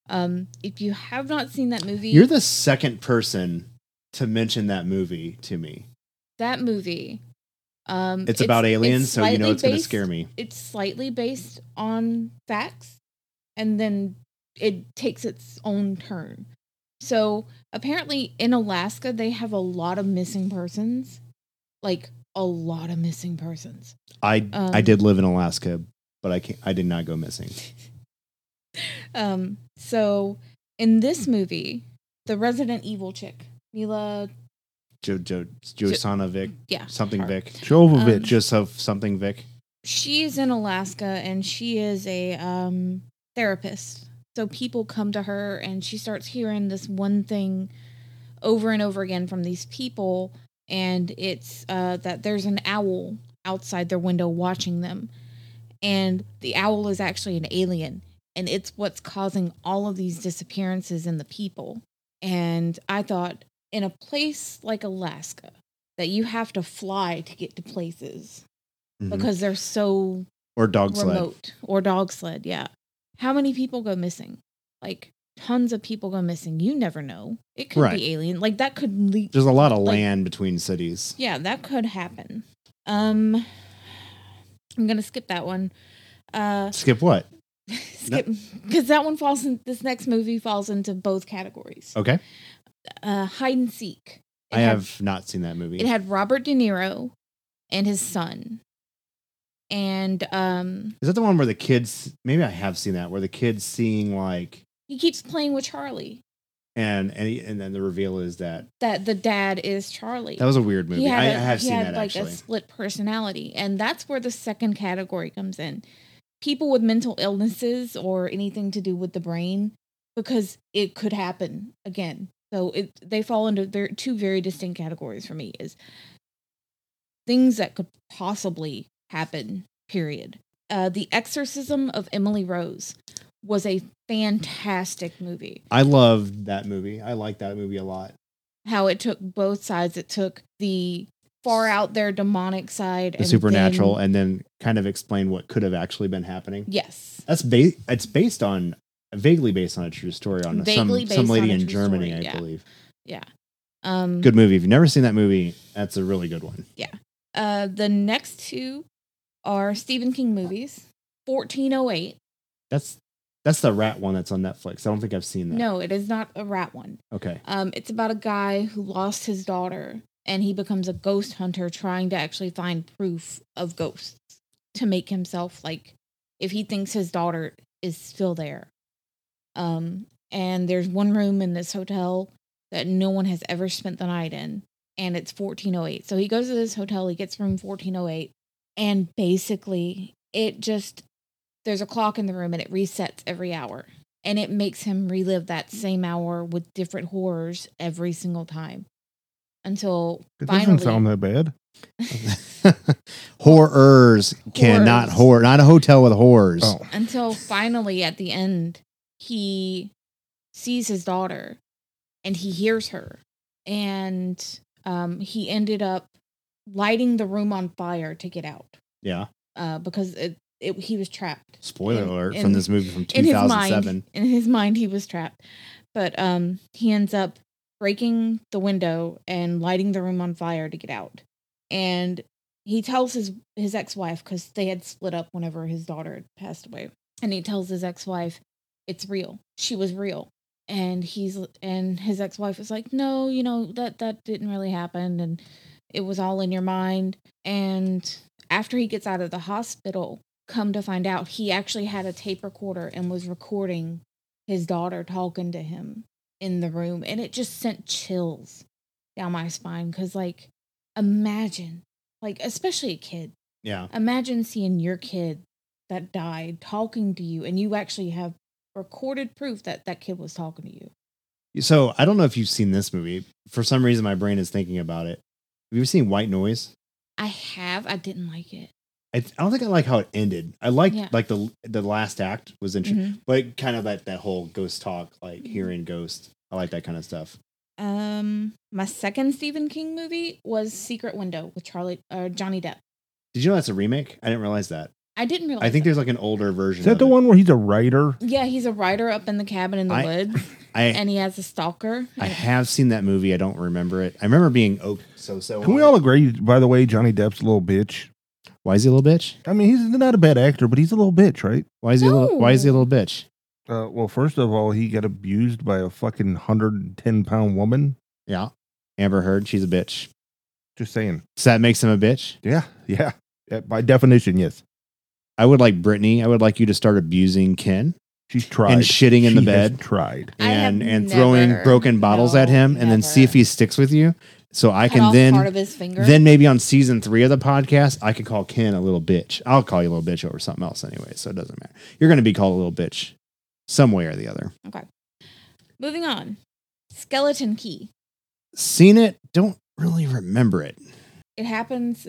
Speaker 3: Um, if you have not seen that movie,
Speaker 1: You're the second person to mention that movie to me.
Speaker 3: that movie. Um,
Speaker 1: It's, about aliens,
Speaker 3: it's
Speaker 1: so you know
Speaker 3: slightly
Speaker 1: it's going to
Speaker 3: based-
Speaker 1: scare me.
Speaker 3: It's slightly based on facts, and then it takes its own turn. So apparently, in Alaska, they have a lot of missing persons, like a lot of missing persons.
Speaker 1: I
Speaker 3: Um,
Speaker 1: I did live in Alaska, but I can't, I did not go missing.
Speaker 3: Um, so in this movie, the Resident Evil chick, Mila,
Speaker 1: Joe Joe Josanovic
Speaker 3: yeah,
Speaker 1: something
Speaker 3: her.
Speaker 1: Vic.
Speaker 2: Jovovich.
Speaker 3: Um,
Speaker 1: Joseph something Vic.
Speaker 3: she's in Alaska and she is a um, therapist. So people come to her and she starts hearing this one thing over and over again from these people. And it's uh, that there's an owl outside their window watching them. And the owl is actually an alien. And it's what's causing all of these disappearances in the people. And I thought, in a place like Alaska, that you have to fly to get to places
Speaker 1: Mhm.
Speaker 3: because they're so
Speaker 1: Or dog sled.
Speaker 3: remote or dog sled. Yeah. How many people go missing? Like tons of people go missing. You never know. It could
Speaker 1: Right.
Speaker 3: be alien. Like that could leak.
Speaker 1: There's a lot of
Speaker 3: Like-
Speaker 1: land between cities.
Speaker 3: yeah, that could happen. Um, I'm gonna skip that one. Uh,
Speaker 1: Skip what?
Speaker 3: skip because that one falls in. This next movie falls into both categories.
Speaker 1: Okay.
Speaker 3: Uh, hide and seek. It
Speaker 1: I
Speaker 3: had-
Speaker 1: have not seen that movie.
Speaker 3: It had Robert De Niro and his son, and um,
Speaker 1: Is that the one where the kids maybe I have seen that where the kids seeing like
Speaker 3: he keeps playing with Charlie.
Speaker 1: and and, he- and then the reveal is that
Speaker 3: that the dad is Charlie.
Speaker 1: that was a weird movie.
Speaker 3: He
Speaker 1: I I
Speaker 3: had a-
Speaker 1: have
Speaker 3: he
Speaker 1: seen
Speaker 3: had
Speaker 1: that
Speaker 3: like
Speaker 1: actually.
Speaker 3: a split personality, and that's where the second category comes in. People with mental illnesses or anything to do with the brain, because it could happen again. So it they fall into very, two very distinct categories for me: is things that could possibly happen. Period. Uh, the Exorcism of Emily Rose was a fantastic movie.
Speaker 1: I loved that movie. I like that movie a lot.
Speaker 3: how it took both sides. It took the far out there demonic side,
Speaker 1: The supernatural and then kind of explain what could have actually been happening.
Speaker 3: then- yes,
Speaker 1: That's ba- it's based on vaguely based on a true story on some
Speaker 3: Vaguely
Speaker 1: some
Speaker 3: based
Speaker 1: lady
Speaker 3: on
Speaker 1: in
Speaker 3: a true
Speaker 1: Germany,
Speaker 3: story,
Speaker 1: I
Speaker 3: yeah.
Speaker 1: believe.
Speaker 3: um,
Speaker 1: Good movie. If you've never seen that movie, that's a really good one.
Speaker 3: Uh, the next two are Stephen King movies. 1408.
Speaker 1: That's that's the rat one that's on Netflix. I don't think I've seen that.
Speaker 3: No, it is not a rat one.
Speaker 1: Okay.
Speaker 3: Um, it's about a guy who lost his daughter and he becomes a ghost hunter trying to actually find proof of ghosts to make himself like if he thinks his daughter is still there. Um, and there's one room in this hotel that no one has ever spent the night in, and it's 1408. So he goes to this hotel, he gets room 1408, and basically it just there's a clock in the room and it resets every hour. And it makes him relive that same hour with different horrors every single time until
Speaker 2: It
Speaker 3: finally.
Speaker 2: doesn't sound that bad.
Speaker 1: horrors cannot horror. Not a hotel with horrors.
Speaker 2: Oh,
Speaker 3: until finally at the end he sees his daughter and he hears her and um, he ended up lighting the room on fire to get out
Speaker 1: Yeah.
Speaker 3: uh, because it, it, he was trapped
Speaker 1: Spoiler
Speaker 3: In-
Speaker 1: alert
Speaker 3: in-
Speaker 1: from this movie from
Speaker 3: in his
Speaker 1: 2007.
Speaker 3: mind in his mind he was trapped but um, he ends up breaking the window and lighting the room on fire to get out and he tells his his ex-wife because they had split up whenever his daughter had passed away and he tells his ex-wife it's real she was real and he's and his ex-wife is like no you know that that didn't really happen and it was all in your mind and after he gets out of the hospital come to find out he actually had a tape recorder and was recording his daughter talking to him in the room and it just sent chills down my spine cuz like imagine like especially a kid
Speaker 1: Yeah.
Speaker 3: Imagine seeing your kid that died talking to you, and you actually have recorded proof that that kid was talking to you.
Speaker 1: So I don't know if you've seen this movie. For some reason, my brain is thinking about it. Have you ever seen White Noise?
Speaker 3: I have. I didn't like it.
Speaker 1: I, I don't think I like how it ended. I liked
Speaker 3: Yeah.
Speaker 1: like the the last act was interesting,
Speaker 3: Mm-hmm.
Speaker 1: but kind of like that whole ghost talk, like hearing ghosts. I like that kind of stuff.
Speaker 3: Um, my second Stephen King movie was Secret Window with Charlie uh, Johnny Depp.
Speaker 1: Did you know that's a remake? I didn't realize that.
Speaker 3: I didn't realize.
Speaker 1: I think
Speaker 3: that.
Speaker 1: there's like an older version.
Speaker 2: is that
Speaker 1: of
Speaker 2: the
Speaker 1: it.
Speaker 2: one where he's a writer?
Speaker 3: Yeah, he's a writer up in the cabin in the
Speaker 1: I-
Speaker 3: woods,
Speaker 1: I
Speaker 3: and he has a stalker.
Speaker 1: I
Speaker 3: And-
Speaker 1: have seen that movie. I don't remember it. I remember being oh so so.
Speaker 2: Can we all agree? By the way, Johnny Depp's a little bitch.
Speaker 1: Why is he a little bitch?
Speaker 2: I mean, he's not a bad actor, but he's a little bitch, right?
Speaker 1: Why is he? A little, why is he a little bitch?
Speaker 2: Uh, well, first of all, he got abused by a fucking hundred and ten pound woman.
Speaker 1: Yeah, Amber Heard. She's a bitch.
Speaker 2: Just saying.
Speaker 1: So that makes him a bitch.
Speaker 2: Yeah, yeah. Yeah, by definition, yes.
Speaker 1: I would like Brittany. I would like you to start abusing Ken
Speaker 2: She's tried
Speaker 1: and shitting in the
Speaker 2: She has
Speaker 1: bed
Speaker 2: tried.
Speaker 3: I have
Speaker 1: and and throwing
Speaker 3: never-
Speaker 1: broken bottles
Speaker 3: No,
Speaker 1: at him and then see
Speaker 3: never.
Speaker 1: if he sticks with you. So I
Speaker 3: cut
Speaker 1: can
Speaker 3: off part
Speaker 1: then
Speaker 3: of his finger.
Speaker 1: then maybe on season three of the podcast I could call Ken a little bitch. I'll call you a little bitch over something else anyway, so it doesn't matter. You're going to be called a little bitch some way or the other.
Speaker 3: Moving on, Skeleton Key.
Speaker 1: Seen it? Don't really remember it.
Speaker 3: it happens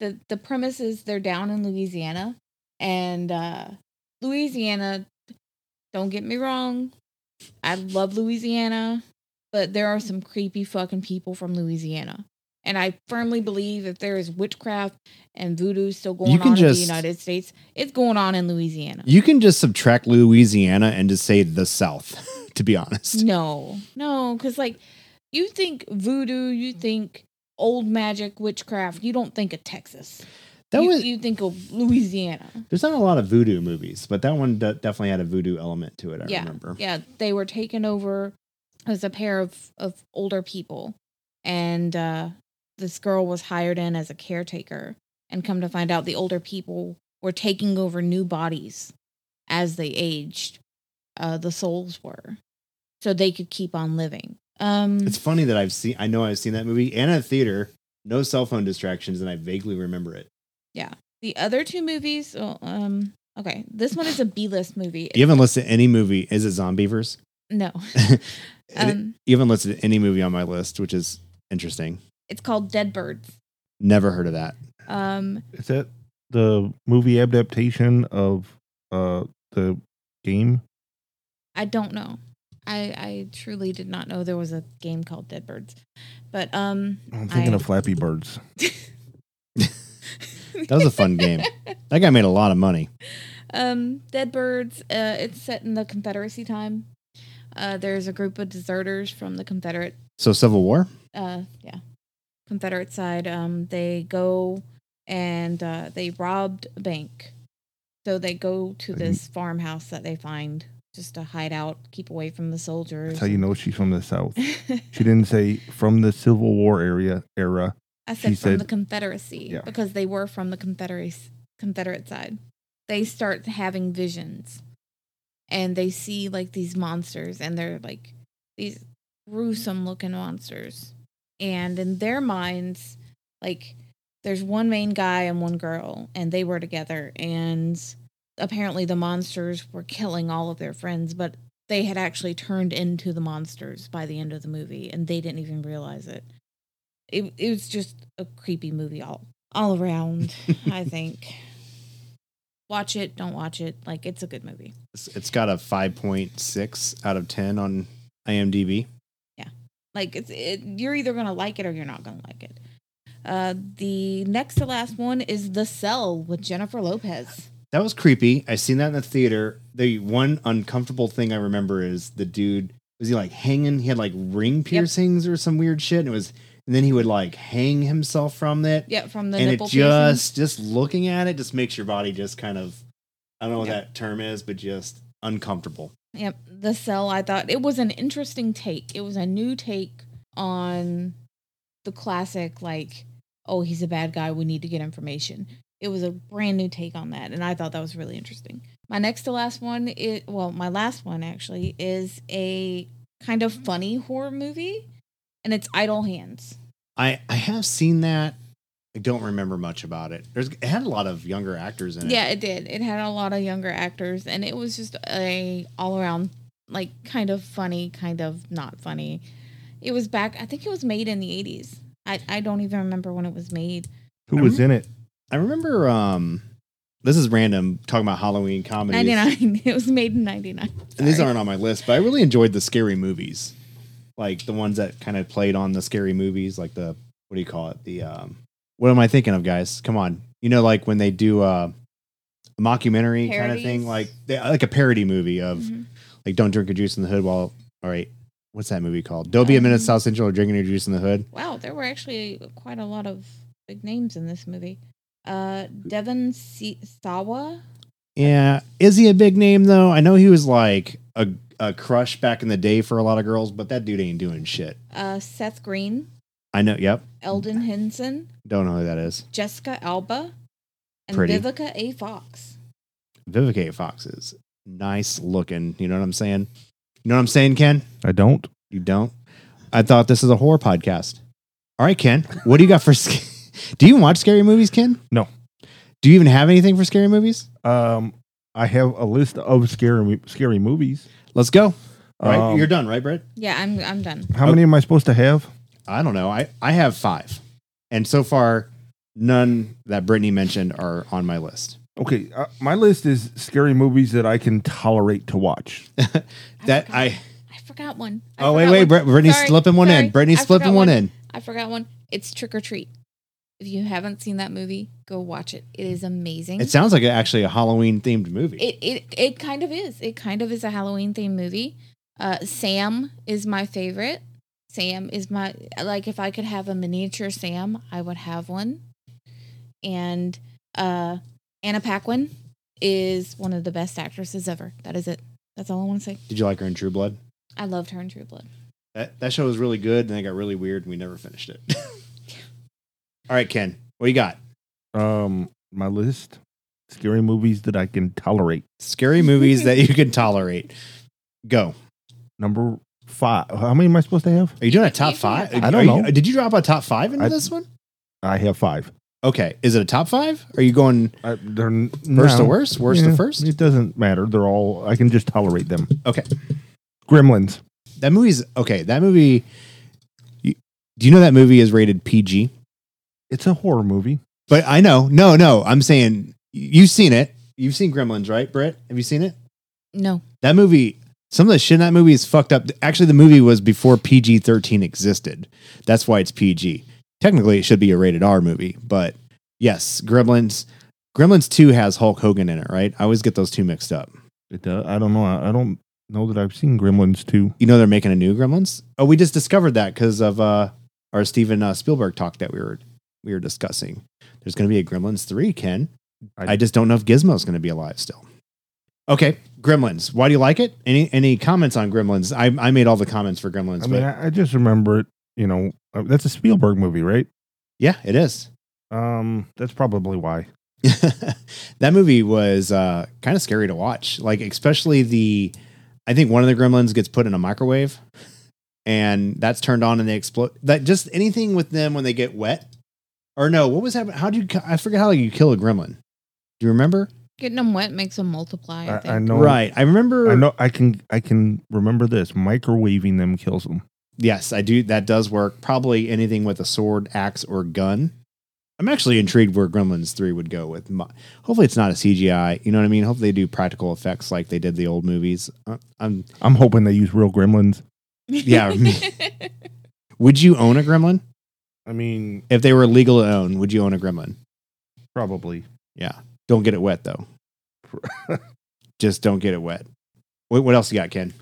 Speaker 3: the the premise is they're down in louisiana and uh louisiana don't get me wrong i love louisiana but there are some creepy fucking people from louisiana and i firmly believe that there is witchcraft and voodoo still going
Speaker 1: can
Speaker 3: on in the
Speaker 1: just-
Speaker 3: united states it's going on in louisiana
Speaker 1: You can just subtract Louisiana and just say the South. To be honest,
Speaker 3: No, no, because like you think voodoo, you think old magic, witchcraft. You don't think of Texas.
Speaker 1: that
Speaker 3: you,
Speaker 1: was
Speaker 3: you think of Louisiana.
Speaker 1: there's not a lot of voodoo movies, but that one de- definitely had a voodoo element to it. I
Speaker 3: yeah,
Speaker 1: remember.
Speaker 3: yeah. They were taken over as a pair of of older people, and uh, this girl was hired in as a caretaker. And come to find out, the older people were taking over new bodies as they aged. Uh, the souls were, so they could keep on living. Um,
Speaker 1: It's funny that I've seen. I know I've seen that movie and a theater. No cell phone distractions, and I vaguely remember it.
Speaker 3: The other two movies, well, um, okay, this one is a B list movie.
Speaker 1: You haven't listed any movie. Is it Zombievers?
Speaker 3: no, um,
Speaker 1: you haven't listed any movie on my list, which is interesting.
Speaker 3: it's called Dead Birds.
Speaker 1: Never heard of that.
Speaker 3: Um,
Speaker 2: Is that the movie adaptation of uh the game?
Speaker 3: I don't know. I I truly did not know there was a game called Dead Birds, but um,
Speaker 2: I'm thinking
Speaker 3: I-
Speaker 2: of Flappy Birds.
Speaker 1: That was a fun game. That guy made a lot of money.
Speaker 3: um, Dead Birds. Uh, it's set in the Confederacy time. Uh, there's a group of deserters from the Confederate
Speaker 1: So Civil War.
Speaker 3: uh yeah confederate side um they go and uh, they robbed a bank. So they go to this farmhouse that they find just to hide out, keep away from the soldiers.
Speaker 2: That's how you know she's from the South. She didn't say from the Civil War area era.
Speaker 3: I
Speaker 2: She
Speaker 3: said from
Speaker 2: said-
Speaker 3: the Confederacy
Speaker 2: Yeah.
Speaker 3: because they were from the Confederacy Confederate side. They start having visions and they see like these monsters and they're like these gruesome looking monsters. And in their minds, like there's one main guy and one girl and they were together and apparently the monsters were killing all of their friends, but they had actually turned into the monsters by the end of the movie and they didn't even realize it it, it was just a creepy movie all all around i think watch it don't watch it like it's a good movie
Speaker 1: It's, it's got a 5.6 out of 10 on IMDb.
Speaker 3: like it's it, you're either gonna like it or you're not gonna like it uh the next to last one is the cell with jennifer lopez
Speaker 1: That was creepy. I seen that in the theater. The one uncomfortable thing I remember is the dude was he like hanging? He had like ring piercings or some weird shit, and it was, and then he would like hang himself from it,
Speaker 3: yeah from the
Speaker 1: and it
Speaker 3: nipple piercing.
Speaker 1: just just looking at it just makes your body just kind of, I don't know what
Speaker 3: Yeah.
Speaker 1: that term is, but just uncomfortable.
Speaker 3: Yep, the cell. I thought it was an interesting take. It was a new take on the classic, like, oh, he's a bad guy. We need to get information. It was a brand new take on that, and I thought that was really interesting. My next to last one, it well, my last one actually is a kind of funny horror movie, and it's Idle Hands.
Speaker 1: I I have seen that. I don't remember much about it. There's it had a lot of younger actors in it.
Speaker 3: Yeah, it did. It had a lot of younger actors, and it was just a all around like kind of funny, kind of not funny. It was back. I think it was made in the eighties. I I don't even remember when it was made.
Speaker 2: Who was in it?
Speaker 1: I remember. Um, this is random talking about Halloween comedies.
Speaker 3: Ninety nine. It was made in ninety nine.
Speaker 1: And these aren't on my list, but I really enjoyed the scary movies, like the ones that kind of played on the scary movies, like the what do you call it? The um, what am I thinking of, guys? Come on, you know, like when they do uh, a mockumentary kind of
Speaker 3: Parodies. Mm-hmm.
Speaker 1: thing, like they, like a parody movie of like "Don't Drink Your Juice in the Hood." While all right, what's that movie called? Don't be a minute,
Speaker 3: Um,
Speaker 1: South Central, or drinking your juice in the hood.
Speaker 3: Wow, there were actually quite a lot of big names in this movie. Uh, Devon C- Sawa.
Speaker 1: Yeah, is he a big name though? I know he was like a a crush back in the day for a lot of girls, but that dude ain't doing shit.
Speaker 3: Uh, Seth Green,
Speaker 1: I know. Yep,
Speaker 3: Eldon Henson,
Speaker 1: don't know who that is.
Speaker 3: Jessica Alba, and
Speaker 1: Pretty.
Speaker 3: Vivica A. Fox.
Speaker 1: Vivica A. Fox is nice looking. You know what I'm saying? You know what I'm saying, Ken?
Speaker 2: I don't.
Speaker 1: You don't? I thought this is a horror podcast. All right, Ken. What do you got for? sc- do you watch scary movies, Ken?
Speaker 2: No.
Speaker 1: Do you even have anything for scary movies?
Speaker 2: Um, I have a list of scary mo- scary movies.
Speaker 1: Let's go. All right,
Speaker 2: Um,
Speaker 1: you're done, right, Brett?
Speaker 3: Yeah, I'm I'm done.
Speaker 2: How many am I supposed to have?
Speaker 1: I don't know. I I have five, and so far, none that Brittany mentioned are on my list.
Speaker 2: Okay, uh, my list is scary movies that I can tolerate to watch.
Speaker 1: That
Speaker 3: forgot-
Speaker 1: I.
Speaker 3: I forgot one. I
Speaker 1: Oh wait,
Speaker 3: forgot
Speaker 1: wait,
Speaker 3: one.
Speaker 1: Brett, Brittany's
Speaker 3: Sorry,
Speaker 1: slipping one
Speaker 3: sorry.
Speaker 1: in. Brittany's
Speaker 3: I
Speaker 1: slipping
Speaker 3: forgot
Speaker 1: one in.
Speaker 3: I forgot one. It's Trick or Treat. If you haven't seen that movie, go watch it. It is amazing.
Speaker 1: It sounds like actually a Halloween themed movie.
Speaker 3: it it it kind of is. It kind of is a Halloween themed movie. Uh, Sam is my favorite. Sam is my like if I could have a miniature Sam, I would have one. And uh, Anna Paquin is one of the best actresses ever. That is it. That's all I want to say.
Speaker 1: Did you like her in True Blood?
Speaker 3: I loved her in True Blood.
Speaker 1: That that show was really good, and it got really weird, and we never finished it. All right, Ken, what you got?
Speaker 2: Um, my list scary movies that I can tolerate.
Speaker 1: Scary movies that you can tolerate. Go.
Speaker 2: Number five. How many am I supposed to have?
Speaker 1: Are you doing a top
Speaker 3: You can
Speaker 1: five?
Speaker 3: have that.
Speaker 2: I don't
Speaker 1: Are you-
Speaker 2: know.
Speaker 1: did you drop a top five into
Speaker 2: I-
Speaker 1: this one?
Speaker 2: I have five.
Speaker 1: Okay. Is it a top five? Are you going
Speaker 2: I, Uh, they're n-
Speaker 1: first
Speaker 2: no.
Speaker 1: to worst, worst
Speaker 2: Yeah,
Speaker 1: to first?
Speaker 2: It doesn't matter. They're all. I can just tolerate them.
Speaker 1: Okay.
Speaker 2: Gremlins.
Speaker 1: That movie's okay. That movie. you- do you know that movie is rated PG?
Speaker 2: It's a horror movie.
Speaker 1: But I know, no, no. I'm saying you've seen it. You've seen Gremlins, right, Brett? Have you seen it?
Speaker 3: No,
Speaker 1: That movie, some of the shit in that movie is fucked up. Actually, the movie was before PG 13 existed. That's why it's PG. Technically, it should be a rated R movie, but yes, Gremlins. Gremlins 2 has Hulk Hogan in it, right? I always get those two mixed up.
Speaker 2: It does. I don't know. I, I don't know that I've seen Gremlins two.
Speaker 1: You know they're making a new Gremlins? Oh, we just discovered that because of uh, our Steven uh, Spielberg talk that we were we were discussing. there's going to be a Gremlins 3, Ken. I,
Speaker 2: I-
Speaker 1: just don't know if Gizmo's going to be alive still. Okay, Gremlins. Why do you like it? Any any comments on Gremlins? I, I made all the comments for Gremlins,
Speaker 2: I
Speaker 1: but
Speaker 2: mean, I, I just remember it. You know, uh, that's a Spielberg movie, right?
Speaker 1: yeah, it is.
Speaker 2: Um, that's probably why.
Speaker 1: that movie was uh, kind of scary to watch. Like, especially the, I think one of the gremlins gets put in a microwave and that's turned on and they explode. That just anything with them when they get wet. Or no, what was happening? How do you, ki- I forget how you kill a gremlin. Do you remember?
Speaker 3: Getting them wet makes them multiply. I,
Speaker 2: I,
Speaker 3: think.
Speaker 2: I know.
Speaker 1: Right. I remember.
Speaker 2: I know. I can. I can remember this. Microwaving them kills them.
Speaker 1: Yes, I do. That does work. Probably anything with a sword, axe, or gun. I'm actually intrigued where Gremlins 3 would go with. My, hopefully, it's not a CGI. You know what I mean? Hopefully, they do practical effects like they did the old movies. Uh, I'm
Speaker 2: I'm hoping they use real gremlins.
Speaker 1: yeah. Would you own a gremlin?
Speaker 2: I mean,
Speaker 1: If they were legal to own, would you own a gremlin?
Speaker 2: probably.
Speaker 1: Yeah. Don't get it wet though. Just don't get it wet. What, what else you got, Ken?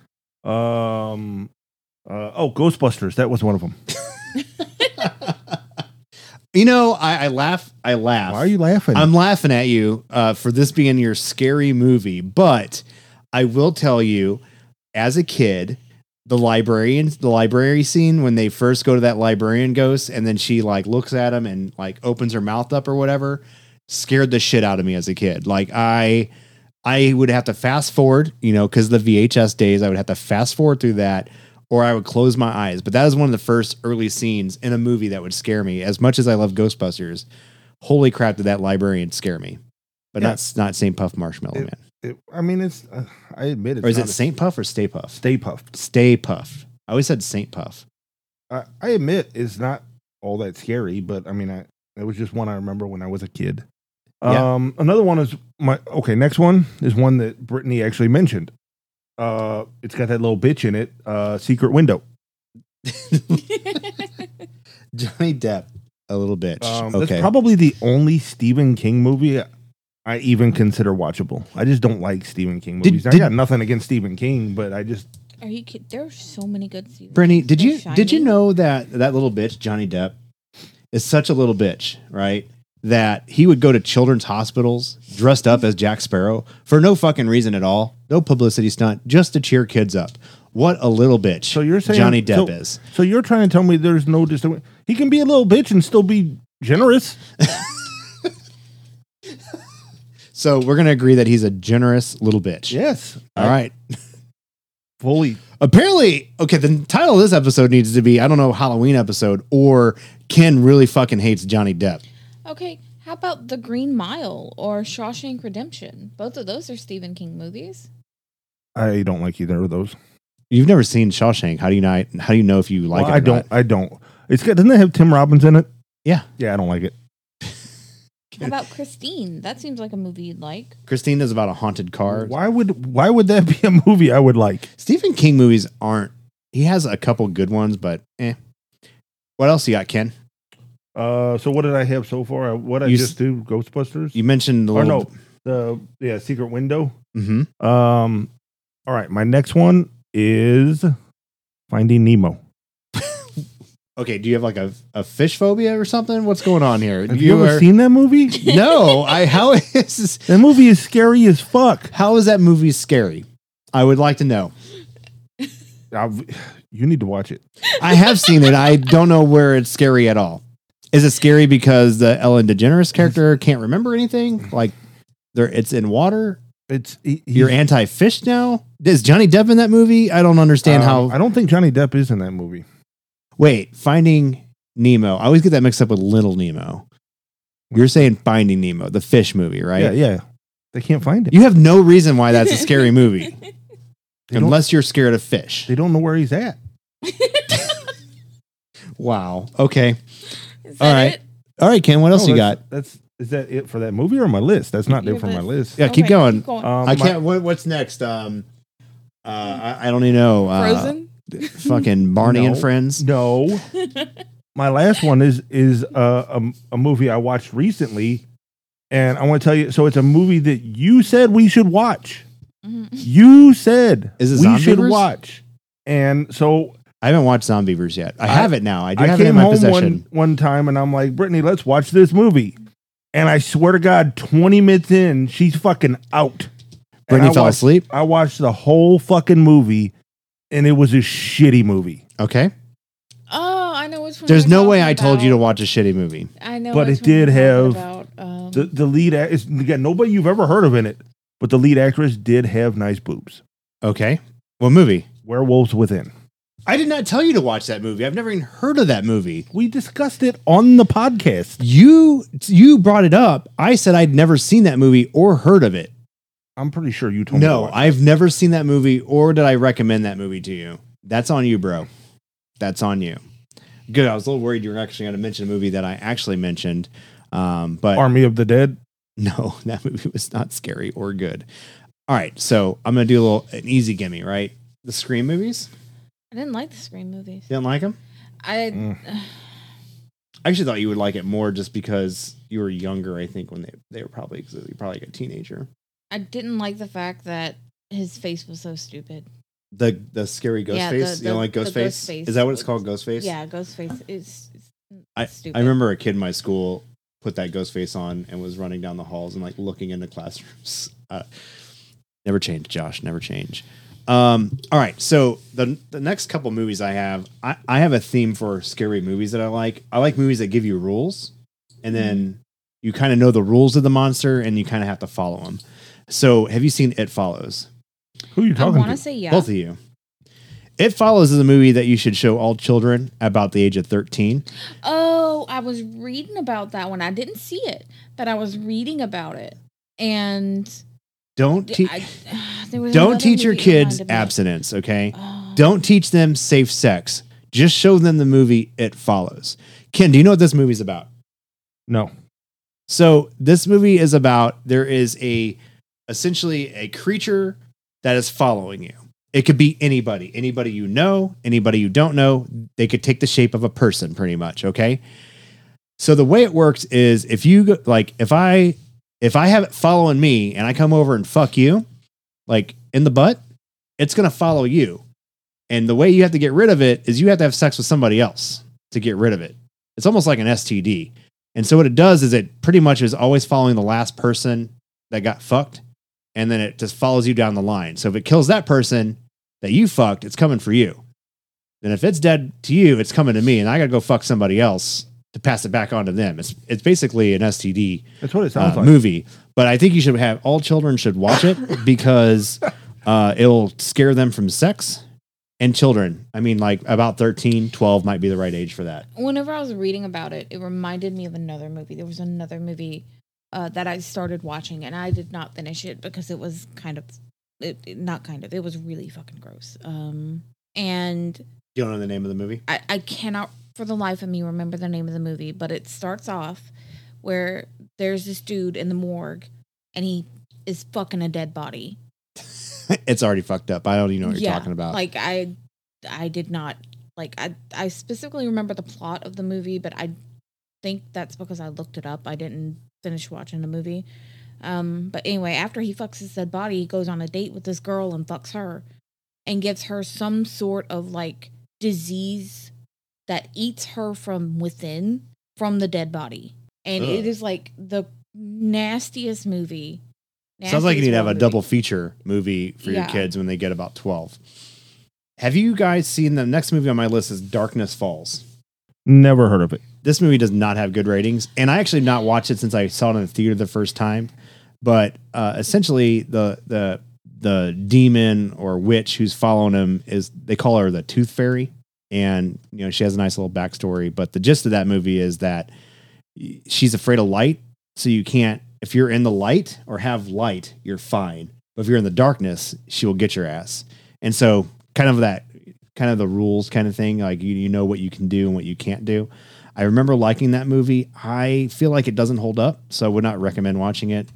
Speaker 2: Um. Uh, oh, Ghostbusters. That was one of them.
Speaker 1: you know, I, I laugh. I laugh.
Speaker 2: Why are you laughing?
Speaker 1: I'm laughing at you uh, for this being your scary movie, but I will tell you, as a kid, the librarian, the library scene when they first go to that librarian ghost, and then she like looks at him and like opens her mouth up or whatever, scared the shit out of me as a kid. Like I, I would have to fast forward, you know, because the VHS days, I would have to fast forward through that. Or I would close my eyes, but that is one of the first early scenes in a movie that would scare me. As much as I love Ghostbusters, holy crap, did that librarian scare me? But
Speaker 2: Yeah.
Speaker 1: not not Saint Puff Marshmallow
Speaker 2: It-
Speaker 1: Man,
Speaker 2: It- I mean, it's. Uh, I admit it.
Speaker 1: or is it Saint Puff or Stay Puff?
Speaker 2: Stay Puffed?
Speaker 1: Stay Puff. I always said Saint Puff.
Speaker 2: I, I admit it's not all that scary, but I mean, I it was just one I remember when I was a kid.
Speaker 1: Yeah.
Speaker 2: Um, another one is my okay. Next one is one that Brittany actually mentioned. Uh, it's got that little bitch in it. Uh, Secret Window.
Speaker 1: Johnny Depp, a little bitch.
Speaker 2: Um,
Speaker 1: okay,
Speaker 2: That's probably the only Stephen King movie I even consider watchable. I just don't like Stephen King
Speaker 1: Did-
Speaker 2: movies. I
Speaker 1: did-
Speaker 2: got nothing against Stephen King, but I just
Speaker 3: Are you kidding? There are so many good series.
Speaker 1: Brittany, did
Speaker 3: So
Speaker 1: you did you
Speaker 3: shiny.
Speaker 1: know that that little bitch Johnny Depp is such a little bitch, right? That he would go to children's hospitals dressed up as Jack Sparrow for no fucking reason at all, no publicity stunt, just to cheer kids up. What a little bitch!
Speaker 2: So you're saying-
Speaker 1: Johnny Depp
Speaker 2: so-
Speaker 1: is.
Speaker 2: so you're trying to tell me there's no distinction. He can be a little bitch and still be generous.
Speaker 1: So we're gonna agree that he's a generous little bitch.
Speaker 2: Yes,
Speaker 1: All right.
Speaker 2: fully
Speaker 1: Apparently, okay, the title of this episode needs to be I don't know, Halloween episode or Ken really fucking hates Johnny Depp.
Speaker 3: Okay, how about The Green Mile or Shawshank Redemption? Both of those are Stephen King movies.
Speaker 2: I don't like either of those.
Speaker 1: You've never seen Shawshank. How do you not how do you know if you like
Speaker 2: Well,
Speaker 1: it? or
Speaker 2: I don't.
Speaker 1: not?
Speaker 2: I don't. It's got. Doesn't it have Tim Robbins in it?
Speaker 1: Yeah.
Speaker 2: Yeah, I don't like it.
Speaker 3: How about Christine? That seems like a movie you'd like.
Speaker 1: Christine is about a haunted car.
Speaker 2: Why would Why would that be a movie I would like?
Speaker 1: Stephen King movies aren't he has a couple good ones, but eh. What else you got, Ken?
Speaker 2: Uh, so what did I have so far? Uh, What I
Speaker 1: You
Speaker 2: just
Speaker 1: s-
Speaker 2: do? Ghostbusters?
Speaker 1: You mentioned the
Speaker 2: or
Speaker 1: little
Speaker 2: no? The yeah, Secret Window.
Speaker 1: Mhm.
Speaker 2: Um, all right. My next one is Finding Nemo.
Speaker 1: Okay, do you have like a, a fish phobia or something? What's going on here?
Speaker 2: Have you, ever seen that movie?
Speaker 1: No, I how is this
Speaker 2: that movie is scary as fuck.
Speaker 1: How is that movie scary? I would like to know.
Speaker 2: I've- you need to watch it.
Speaker 1: I have seen it. I don't know where it's scary at all. Is it scary because the Ellen DeGeneres character can't remember anything? Like there, it's in water.
Speaker 2: It's he, he's-
Speaker 1: You're anti-fish now. Is Johnny Depp in that movie? I don't understand
Speaker 2: um,
Speaker 1: how.
Speaker 2: I don't think Johnny Depp is in that movie.
Speaker 1: Wait, Finding Nemo. I always get that mixed up with Little Nemo. You're saying Finding Nemo, the fish movie, right?
Speaker 2: Yeah, yeah. They can't find it.
Speaker 1: You have no reason why that's a scary movie
Speaker 2: They don't-
Speaker 1: unless you're scared of fish.
Speaker 2: They don't know where he's at.
Speaker 1: Wow. Okay.
Speaker 3: Is that
Speaker 1: All right.
Speaker 3: it?
Speaker 1: All right, Ken. What else
Speaker 2: Oh,
Speaker 1: you got?
Speaker 2: that's- That's is that it for that movie or my list? That's not
Speaker 3: Your
Speaker 2: it for my list.
Speaker 1: Yeah, keep going. Uh,
Speaker 2: Um,
Speaker 1: I
Speaker 2: my-
Speaker 1: can't. What, what's next? Um, uh, I, I don't even know. Uh,
Speaker 3: Frozen.
Speaker 1: Fucking Barney and
Speaker 2: No.
Speaker 1: Friends.
Speaker 2: no. my last one is is uh, a a movie I watched recently, and I want to tell you. So it's a movie that you said we should watch.
Speaker 3: Mhm.
Speaker 2: You said
Speaker 1: Is it
Speaker 2: we should
Speaker 1: Zombievers?
Speaker 2: watch, and so
Speaker 1: I haven't watched Zombievers yet. I,
Speaker 2: I-
Speaker 1: have it now. I do
Speaker 2: I
Speaker 1: have it in
Speaker 2: came
Speaker 1: my
Speaker 2: home
Speaker 1: possession.
Speaker 2: one one time, and I'm like, Brittany, let's watch this movie. And I swear to God, 20 minutes in, she's fucking out. And
Speaker 1: Brittany
Speaker 2: I
Speaker 1: fell
Speaker 2: watched-
Speaker 1: asleep.
Speaker 2: I watched the whole fucking movie and it was a shitty movie.
Speaker 1: Okay.
Speaker 3: Oh, I know which one.
Speaker 1: There's
Speaker 3: you're
Speaker 1: no way
Speaker 3: talking
Speaker 1: I told you to
Speaker 3: about.
Speaker 1: watch a shitty movie.
Speaker 3: I know,
Speaker 2: but
Speaker 3: which
Speaker 2: it
Speaker 3: one you're
Speaker 2: did
Speaker 3: talking about. Um,
Speaker 2: The the lead act- it's again nobody you've ever heard of in it, but the lead actress did have nice boobs.
Speaker 1: Okay. What movie?
Speaker 2: Werewolves Within.
Speaker 1: I did not tell you to watch that movie. I've never even heard of that movie.
Speaker 2: We discussed it on the podcast.
Speaker 1: You you brought it up. I said I'd never seen that movie or heard of it.
Speaker 2: I'm pretty sure you told me.
Speaker 1: No,
Speaker 2: to watch it.
Speaker 1: I've never seen that movie or did I recommend that movie to you. That's on you, bro. That's on you. Good. I was a little worried you were actually going to mention a movie that I actually mentioned. Um, but
Speaker 2: Army of the Dead.
Speaker 1: No, that movie was not scary or good. All right, so I'm gonna do a little an easy gimme, right? The Scream movies.
Speaker 3: I didn't like the Scream movies.
Speaker 1: You didn't like them?
Speaker 3: I
Speaker 2: Mm.
Speaker 1: I actually thought you would like it more just because you were younger. I think when they they were probably 'cause you're probably like a teenager.
Speaker 3: I didn't like the fact that his face was so stupid.
Speaker 1: The the scary ghost
Speaker 3: Yeah, the-
Speaker 1: face. you
Speaker 3: the-
Speaker 1: don't like
Speaker 3: the
Speaker 1: ghost face?
Speaker 3: Ghostface
Speaker 1: Is that what it's
Speaker 3: was-
Speaker 1: called? Ghost face.
Speaker 3: Yeah, ghost face is is stupid.
Speaker 1: I remember a kid in my school put that ghost face on and was running down the halls and like looking into classrooms. Uh, never change, Josh. Never change. Um, all right. So the the next couple movies I have, I, I have a theme for scary movies that I like. I like movies that give you rules, and
Speaker 3: Mm-hmm.
Speaker 1: then you kind of know the rules of the monster and you kind of have to follow them. So have you seen It Follows?
Speaker 2: Who are you
Speaker 3: I
Speaker 2: talking
Speaker 3: want to
Speaker 2: to?
Speaker 3: say yeah.
Speaker 1: Both of you. It Follows is a movie that you should show all children about the age of thirteen.
Speaker 3: Oh, I was reading about that one. I didn't see it, but I was reading about it, and
Speaker 1: Don't te-
Speaker 3: th- I, there was
Speaker 1: Don't
Speaker 3: another
Speaker 1: teach your
Speaker 3: movie in
Speaker 1: kids
Speaker 3: mind of it.
Speaker 1: abstinence, okay?
Speaker 3: Oh,
Speaker 1: Don't teach them safe sex. Just show them the movie It Follows. Ken, do you know what this movie's about?
Speaker 2: No.
Speaker 1: So, this movie is about there is a essentially a creature that is following you. It could be anybody, anybody you know, anybody you don't know. They could take the shape of a person pretty much, okay? So the way it works is if you go, like if I if I have it following me and I come over and fuck you, like in the butt, it's going to follow you. And the way you have to get rid of it is you have to have sex with somebody else to get rid of it. It's almost like an STD. And so what it does is it pretty much is always following the last person that got fucked and then it just follows you down the line. So if it kills that person that you fucked, it's coming for you. Then if it's dead to you, it's coming to me and I got to go fuck somebody else to pass it back on to them. It's it's basically an STD
Speaker 2: That's what it
Speaker 1: uh,
Speaker 2: sounds like.
Speaker 1: movie. But I think you should have all children should watch it because uh, it'll scare them from sex and children. I mean, like about 13, 12 might be the right age for that.
Speaker 3: whenever I was reading about it, it reminded me of another movie. There was another movie uh, that I started watching, and I did not finish it because it was kind of, it, it- not kind of, it was really fucking gross. Um, and
Speaker 1: You don't know the name of the movie?
Speaker 3: I, I cannot for the life of me remember the name of the movie, but it starts off where there's this dude in the morgue, and he is fucking a dead body.
Speaker 1: it's already fucked up. I don't even know what you're
Speaker 3: Yeah,
Speaker 1: talking about.
Speaker 3: Like I, I did not like I. I specifically remember the plot of the movie, but I think that's because I looked it up. I didn't finish watching the movie. Um, but anyway, after he fucks his dead body, he goes on a date with this girl and fucks her, and gives her some sort of like disease that eats her from within, from the dead body, and
Speaker 1: Ugh.
Speaker 3: it is like the nastiest movie.
Speaker 1: Sounds like you
Speaker 3: Nastiest
Speaker 1: need to have
Speaker 3: horror
Speaker 1: a
Speaker 3: movie.
Speaker 1: double feature movie for your
Speaker 3: Yeah.
Speaker 1: kids when they get about 12. Have you guys seen the next movie on my list is Darkness Falls?
Speaker 2: Never heard of it.
Speaker 1: this movie does not have good ratings, and I actually have not watched it since I saw it in the theater the first time. But uh, essentially, the the the demon or witch who's following him is they call her the Tooth Fairy, and you know she has a nice little backstory. But the gist of that movie is that she's afraid of light, so you can't. If you're in the light or have light, you're fine. But if you're in the darkness, she will get your ass. And so, kind of that, kind of the rules kind of thing. Like you, you know what you can do and what you can't do. I remember liking that movie. I feel like it doesn't hold up, so I would not recommend watching it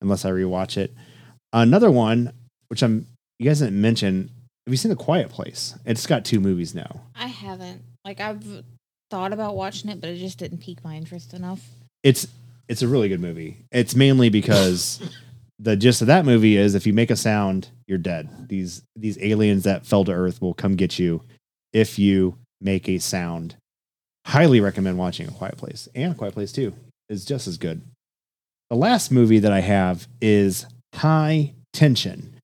Speaker 1: unless I rewatch it. Another one, which I'm you guys didn't mention. Have you seen The Quiet Place? It's got two movies now.
Speaker 3: I haven't. Like I've thought about watching it, but it just didn't pique my interest enough.
Speaker 1: It's it's a really good movie. It's mainly because the gist of that movie is if you make a sound, you're dead. These these aliens that fell to Earth will come get you if you make a sound. Highly recommend watching A Quiet Place and A Quiet Place Two is just as good. The last movie that I have is High Tension.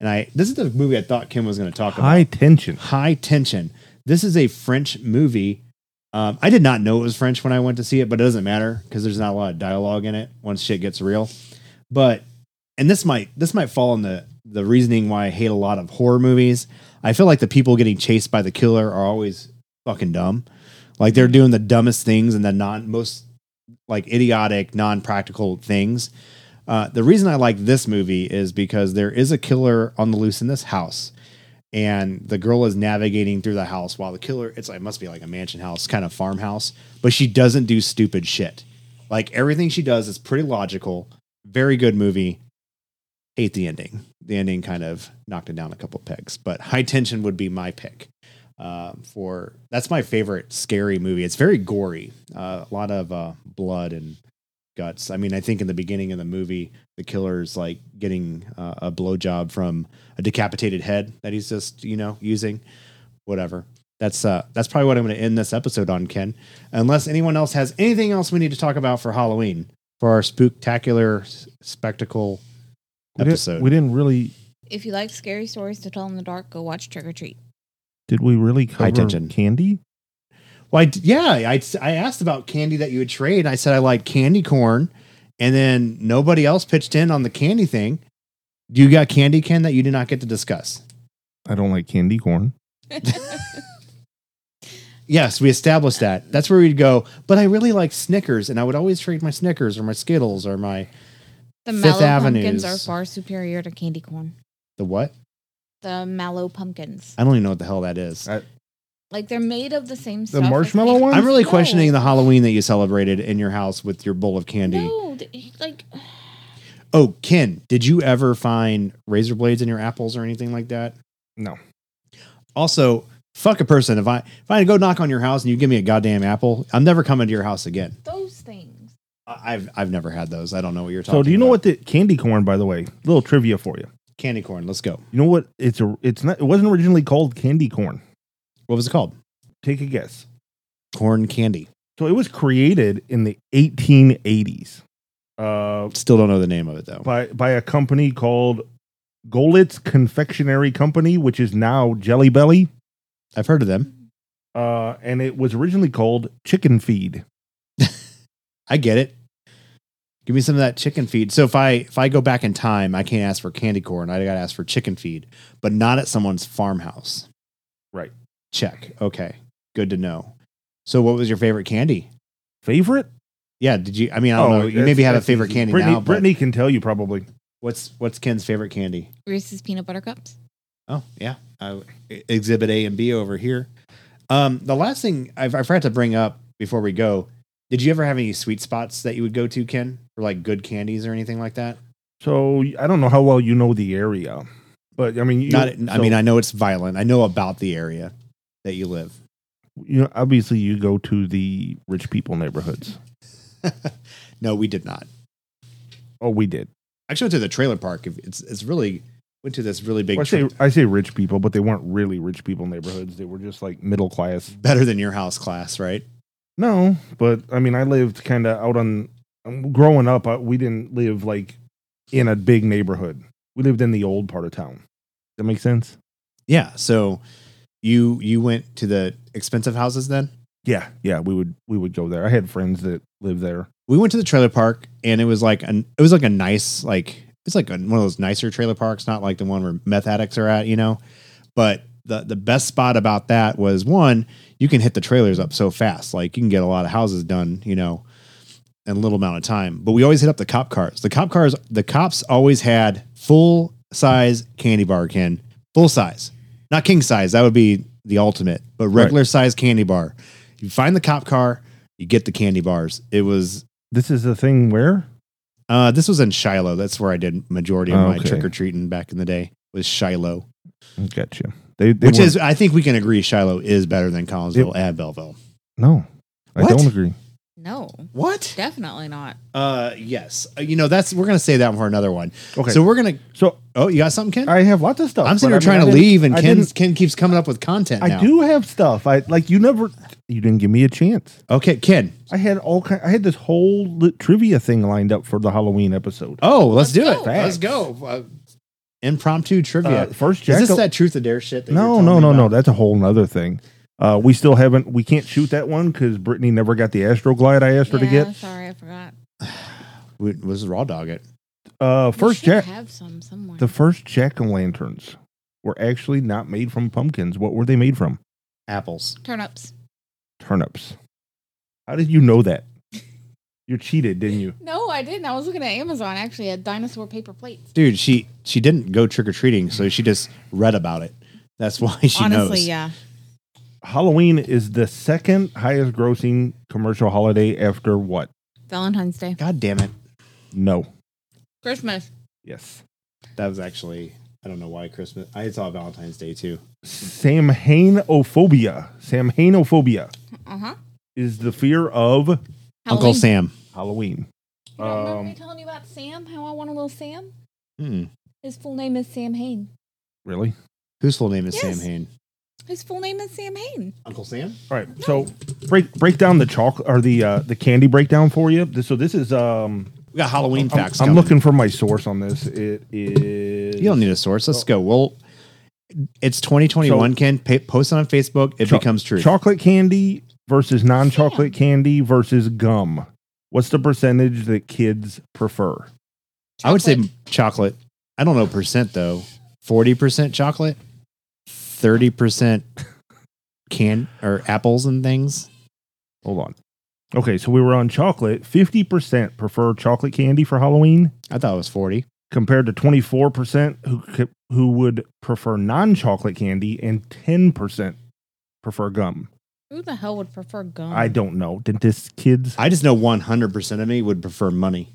Speaker 1: And I this is the movie I thought Kim was going to talk
Speaker 2: High tension.
Speaker 1: about. High Tension. This is a French movie. Um, I did not know it was French when I went to see it, but it doesn't matter because there's not a lot of dialogue in it once shit gets real. But and this might this might fall in the the reasoning why I hate a lot of horror movies. I feel like the people getting chased by the killer are always fucking dumb. Like they're doing the dumbest things and the non most like idiotic, non practical things. Uh, the reason I like this movie is because there is a killer on the loose in this house, and the girl is navigating through the house while the killer. It's it must be like a mansion house, kind of farmhouse, but she doesn't do stupid shit. Like everything she does is pretty logical. Very good movie. Hate the ending. The ending kind of knocked it down a couple pegs, but High Tension would be my pick um, for that's my favorite scary movie. It's very gory, uh, a lot of uh, blood and guts. I mean, I think in the beginning of the movie, the killer's like getting uh, a blowjob from a decapitated head that he's just you know using, whatever. That's uh, that's probably what I'm going to end this episode on, Ken. Unless anyone else has anything else we need to talk about for Halloween for our spooktacular s- spectacle
Speaker 2: We
Speaker 1: episode.
Speaker 2: didn't, we didn't really.
Speaker 3: If you like scary stories to tell in the dark, go watch Trick or Treat.
Speaker 2: Did we really cover
Speaker 1: High tension.
Speaker 2: candy?
Speaker 1: Well, I d yeah, I, I asked about candy that you would trade. I said I like candy corn, and then nobody else pitched in on the candy thing. You got candy, Ken, that you did not get to discuss.
Speaker 2: I don't like candy corn.
Speaker 1: Yes, we established that. That's where we'd go. But I really like Snickers, and I would always trade my Snickers or my Skittles or my
Speaker 3: The
Speaker 1: Fifth
Speaker 3: mallow
Speaker 1: Avenues.
Speaker 3: pumpkins are far superior to candy corn.
Speaker 1: the what?
Speaker 3: The mallow pumpkins,
Speaker 1: I don't even know what the hell that is.
Speaker 3: like they're made of the same
Speaker 2: The
Speaker 3: stuff. as
Speaker 2: marshmallow
Speaker 3: candy-
Speaker 2: ones?
Speaker 1: I'm really
Speaker 3: No.
Speaker 1: questioning the Halloween that you celebrated in your house with your bowl of candy.
Speaker 3: No, th- like
Speaker 1: Oh, Ken, did you ever find razor blades in your apples or anything like that?
Speaker 2: No.
Speaker 1: Also, fuck a person. If I if I go knock on your house and you give me a goddamn apple, I'm never coming to your house again.
Speaker 3: those things.
Speaker 1: I- I've I've never had those. I don't know what you're talking.
Speaker 2: So do you know
Speaker 1: about.
Speaker 2: what the candy corn? By the way, little trivia for you.
Speaker 1: candy corn? Let's go.
Speaker 2: You know what? It's a. It's not. It wasn't originally called candy corn.
Speaker 1: What was it called?
Speaker 2: Take a guess.
Speaker 1: Corn candy.
Speaker 2: So it was created in the 1880s uh,
Speaker 1: Still don't know the name of it though.
Speaker 2: by by a company called Golitz Confectionery Company, which is now Jelly Belly,
Speaker 1: I've heard of them.
Speaker 2: uh, and it was originally called Chicken Feed.
Speaker 1: I get it. Give me some of that chicken feed. So if I if I go back in time, I can't ask for candy corn. I got to ask for chicken feed, but not at someone's farmhouse.
Speaker 2: Right.
Speaker 1: Check. Okay. Good to know. So what was your favorite candy?
Speaker 2: Favorite?
Speaker 1: Yeah, did you I mean, I don't know. You
Speaker 2: that's-
Speaker 1: maybe have a
Speaker 2: that's
Speaker 1: favorite
Speaker 2: easy.
Speaker 1: candy
Speaker 2: Brittany,
Speaker 1: now, but
Speaker 2: Brittany can tell you probably.
Speaker 1: what's what's Ken's favorite candy?
Speaker 3: Reese's peanut butter cups.
Speaker 1: Oh, yeah. I, exhibit A and B over here. Um, the last thing I've, I forgot to bring up before we go, did you ever have any sweet spots that you would go to, Ken, for like good candies or anything like that?
Speaker 2: So I don't know how well you know the area, but I mean, you,
Speaker 1: Not, I
Speaker 2: so,
Speaker 1: mean, I know it's violent. I know about the area that you live.
Speaker 2: you know, obviously you go to the rich people neighborhoods.
Speaker 1: No, we did not.
Speaker 2: Oh, we did.
Speaker 1: I Actually, went to the trailer park. If It's it's really went to this really big.
Speaker 2: Well, I say
Speaker 1: tra-
Speaker 2: I say rich people, but they weren't really rich people neighborhoods. They were just like middle class.
Speaker 1: better than your house class, right?
Speaker 2: No, but I mean, I lived kind of out on. um, Growing up, I, we didn't live like in a big neighborhood. We lived in the old part of town. That makes sense.
Speaker 1: Yeah. So you you went to the expensive houses then?
Speaker 2: Yeah, yeah. We would we would go there. I had friends that lived there.
Speaker 1: we went to the trailer park and it was like an it was like a nice like it's like a, one of those nicer trailer parks not like the one where meth addicts are at you know but the the best spot about that was one you can hit the trailers up so fast like you can get a lot of houses done you know in a little amount of time but we always hit up the cop cars the cop cars the cops always had full size candy bar can full size not king size that would be the ultimate but regular size candy bar you find the cop car you get the candy bars it was
Speaker 2: This is the thing where
Speaker 1: uh, this was in Shiloh. That's where I did majority of my
Speaker 2: Oh, Okay.
Speaker 1: trick or treating back in the day was Shiloh,
Speaker 2: gotcha. They, they
Speaker 1: which
Speaker 2: weren't-
Speaker 1: is I think we can agree Shiloh is better than Collinsville and Belleville.
Speaker 2: no. I
Speaker 1: What?
Speaker 2: don't agree.
Speaker 3: No,
Speaker 1: What?
Speaker 3: definitely not.
Speaker 1: Uh, yes. Uh, You know, that's we're gonna say that one for another one.
Speaker 2: Okay.
Speaker 1: So we're gonna.
Speaker 2: So
Speaker 1: Oh, you got something, Ken?
Speaker 2: I have lots of stuff.
Speaker 1: I'm sitting
Speaker 2: but
Speaker 1: here
Speaker 2: I mean,
Speaker 1: trying
Speaker 2: I
Speaker 1: to
Speaker 2: didn't-
Speaker 1: leave, and
Speaker 2: I
Speaker 1: Ken
Speaker 2: didn't-
Speaker 1: Ken keeps coming up with content.
Speaker 2: I
Speaker 1: now.
Speaker 2: do have stuff. I like you never. You didn't give me a chance.
Speaker 1: Okay, Ken.
Speaker 2: I had all kind. I had this whole lit trivia thing lined up for the Halloween episode.
Speaker 1: Oh, let's, do
Speaker 3: Let's
Speaker 1: it.
Speaker 3: go.
Speaker 1: Let's go. Uh, impromptu trivia.
Speaker 2: Uh, first,
Speaker 1: Is this
Speaker 2: Jackal-
Speaker 1: that truth or dare shit? That you're
Speaker 2: No,
Speaker 1: telling
Speaker 2: no,
Speaker 1: me
Speaker 2: no, no.
Speaker 1: about?
Speaker 2: That's a whole nother thing. Uh, we still haven't. We can't shoot that one because Brittany never got the Astroglide I asked her to
Speaker 3: Yeah,
Speaker 2: get.
Speaker 3: sorry, I forgot.
Speaker 1: We, was raw dog it.
Speaker 2: Uh,
Speaker 3: We
Speaker 2: first,
Speaker 3: should
Speaker 2: Jack.
Speaker 3: have some somewhere.
Speaker 2: The first jack o' lanterns were actually not made from pumpkins. What were they made from?
Speaker 1: Apples.
Speaker 3: Turnips.
Speaker 2: Turnips. How did you know that? You cheated, didn't you?
Speaker 3: No, I didn't. I was looking at Amazon actually at dinosaur paper plates.
Speaker 1: Dude, she she didn't go trick or treating, so she just read about it. That's why she
Speaker 3: Honestly,
Speaker 1: knows.
Speaker 3: yeah.
Speaker 2: Halloween is the second highest grossing commercial holiday after what?
Speaker 3: Valentine's Day.
Speaker 1: God damn it.
Speaker 2: No.
Speaker 3: Christmas.
Speaker 2: Yes.
Speaker 1: That was actually I don't know why Christmas. I saw Valentine's Day too.
Speaker 2: Samhainophobia. Samhainophobia
Speaker 3: Uh huh.
Speaker 2: is the fear of
Speaker 1: Uncle Sam.
Speaker 2: Halloween.
Speaker 3: You don't remember me
Speaker 2: Um,
Speaker 3: telling you about Sam? How I want a little Sam?
Speaker 1: Mm.
Speaker 3: His full name is Sam Hain.
Speaker 2: really?
Speaker 1: Whose full name is
Speaker 3: Yes.
Speaker 1: Sam Hain?
Speaker 3: His full name is Sam Hain.
Speaker 1: Uncle Sam.
Speaker 2: All right. So break break down the chocolate or the uh, the candy breakdown for you. This, so this is um
Speaker 1: We got Halloween
Speaker 2: I'm-
Speaker 1: facts.
Speaker 2: I'm,
Speaker 1: coming.
Speaker 2: looking for my source on this. It is.
Speaker 1: You don't need a source. Let's go. Well, it's 2021.
Speaker 2: So-
Speaker 1: Ken pa- post it on Facebook. It
Speaker 2: Cho-
Speaker 1: becomes true.
Speaker 2: chocolate candy versus non-chocolate candy versus gum. What's the percentage that kids prefer?
Speaker 1: I would say
Speaker 3: Chocolate.
Speaker 1: chocolate. I don't know percent though. 40% chocolate, 30% can or apples and things.
Speaker 2: Hold on. Okay, so we were on chocolate. Fifty percent prefer chocolate candy for Halloween,
Speaker 1: I thought it was 40.
Speaker 2: compared to twenty-four percent who c- who would prefer non-chocolate candy, and ten percent prefer gum.
Speaker 3: Who the hell would prefer gum?
Speaker 2: I don't know. Dentist kids.
Speaker 1: I just know 100% of me would prefer money.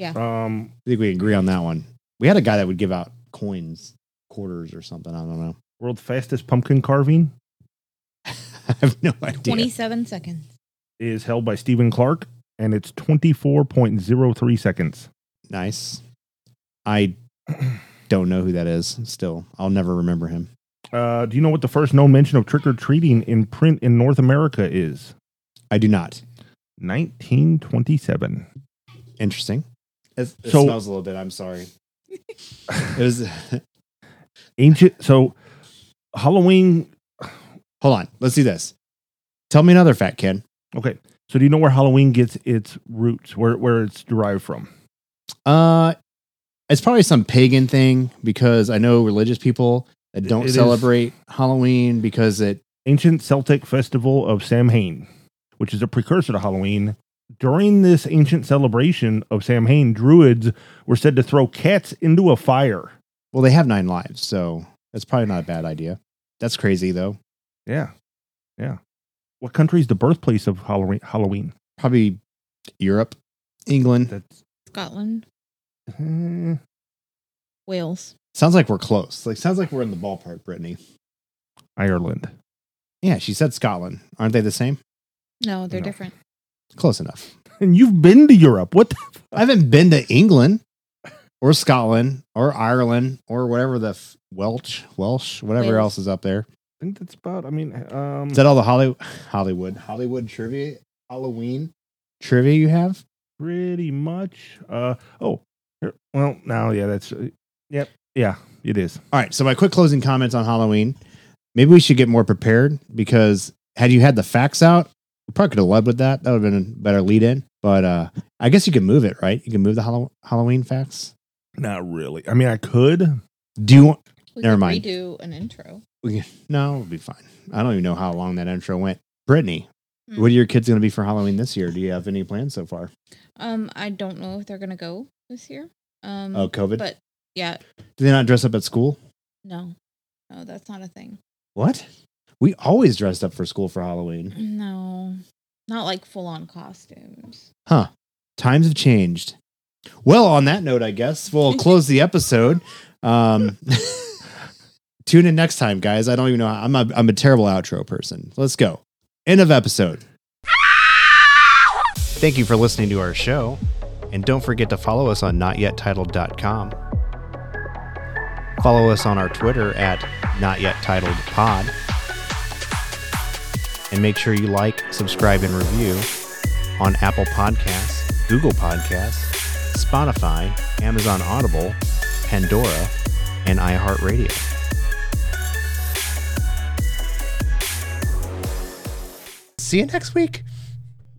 Speaker 2: Um,
Speaker 1: I think we agree on that one. We had a guy that would give out coins, quarters or something. I don't know.
Speaker 2: world's fastest pumpkin carving
Speaker 1: I have no idea.
Speaker 3: 27 seconds.
Speaker 2: is held by Stephen Clark, and it's twenty-four point zero three seconds.
Speaker 1: Nice. I don't know who that is still. I'll never remember him.
Speaker 2: Uh, do you know what the first known mention of trick or treating in print in North America is?
Speaker 1: I do not.
Speaker 2: Nineteen twenty-seven.
Speaker 1: Interesting. It, it
Speaker 2: So-
Speaker 1: smells a little bit. I'm sorry. It was.
Speaker 2: Ancient. So Halloween
Speaker 1: Hold on. Let's do this. Tell me another fact, Ken.
Speaker 2: Okay. So do you know where Halloween gets its roots, where where it's derived from?
Speaker 1: Uh, it's probably some pagan thing because I know religious people that don't
Speaker 2: It is-
Speaker 1: celebrate Halloween because it.
Speaker 2: Ancient Celtic festival of Samhain, which is a precursor to Halloween. During this ancient celebration of Samhain, druids were said to throw cats into a fire.
Speaker 1: Well, they have nine lives, so that's probably not a bad idea. That's crazy though.
Speaker 2: Yeah. Yeah. What country is the birthplace of Halloween? Halloween.
Speaker 1: Probably Europe, England.
Speaker 2: That's
Speaker 3: Scotland,
Speaker 2: eh,
Speaker 3: Wales.
Speaker 1: Sounds like we're close. Like sounds like we're in the ballpark, Brittany.
Speaker 2: Ireland.
Speaker 1: Yeah, she said Scotland. Aren't they the same?
Speaker 3: No, they're
Speaker 2: No.
Speaker 3: different.
Speaker 1: Close enough.
Speaker 2: And you've been to Europe. What? The,
Speaker 1: I haven't been to England or Scotland or Ireland or whatever the f- Welsh, Welsh, whatever
Speaker 3: Wales.
Speaker 1: else is up there.
Speaker 2: I think that's about. I mean, um,
Speaker 1: Is that all the Holly- Hollywood Hollywood trivia Halloween trivia you have?
Speaker 2: pretty much. Uh, oh, here- well, now, yeah, that's. Uh, yep. Yeah, it is.
Speaker 1: All right. So my quick closing comments on Halloween. Maybe we should get more prepared because had you had the facts out, we probably could have led with that. That would have been a better lead in. But uh, I guess you can move it, right? You can move the Hallow- Halloween facts.
Speaker 2: Not really. I mean, I could.
Speaker 1: Do you want?
Speaker 3: We
Speaker 1: Never
Speaker 3: could
Speaker 1: mind.
Speaker 3: redo an intro.
Speaker 1: No, it'll be fine. I don't even know how long that intro went. Brittany,
Speaker 3: Hmm. Mm.
Speaker 1: what are your kids going to be for Halloween this year? Do you have any plans so far?
Speaker 3: Um, I don't know if they're gonna go this year. Um,
Speaker 1: Oh, COVID.
Speaker 3: but yeah,
Speaker 1: Do they not dress up at school?
Speaker 3: no, no, that's not a thing.
Speaker 1: What? We always dressed up for school for Halloween.
Speaker 3: No, not like full on costumes.
Speaker 1: Huh. Times have changed. Well, on that note, I guess we'll close the episode. Um, tune in next time, guys. I don't even know. How, I'm a, I'm a terrible outro person. Let's go. End of episode. Thank you for listening to our show, and don't forget to follow us on notyettitled.com. Follow us on our Twitter at notyetitledpod. And make sure you like, subscribe, and review on Apple Podcasts, Google Podcasts, Spotify, Amazon Audible, Pandora, and iHeartRadio. See you next week.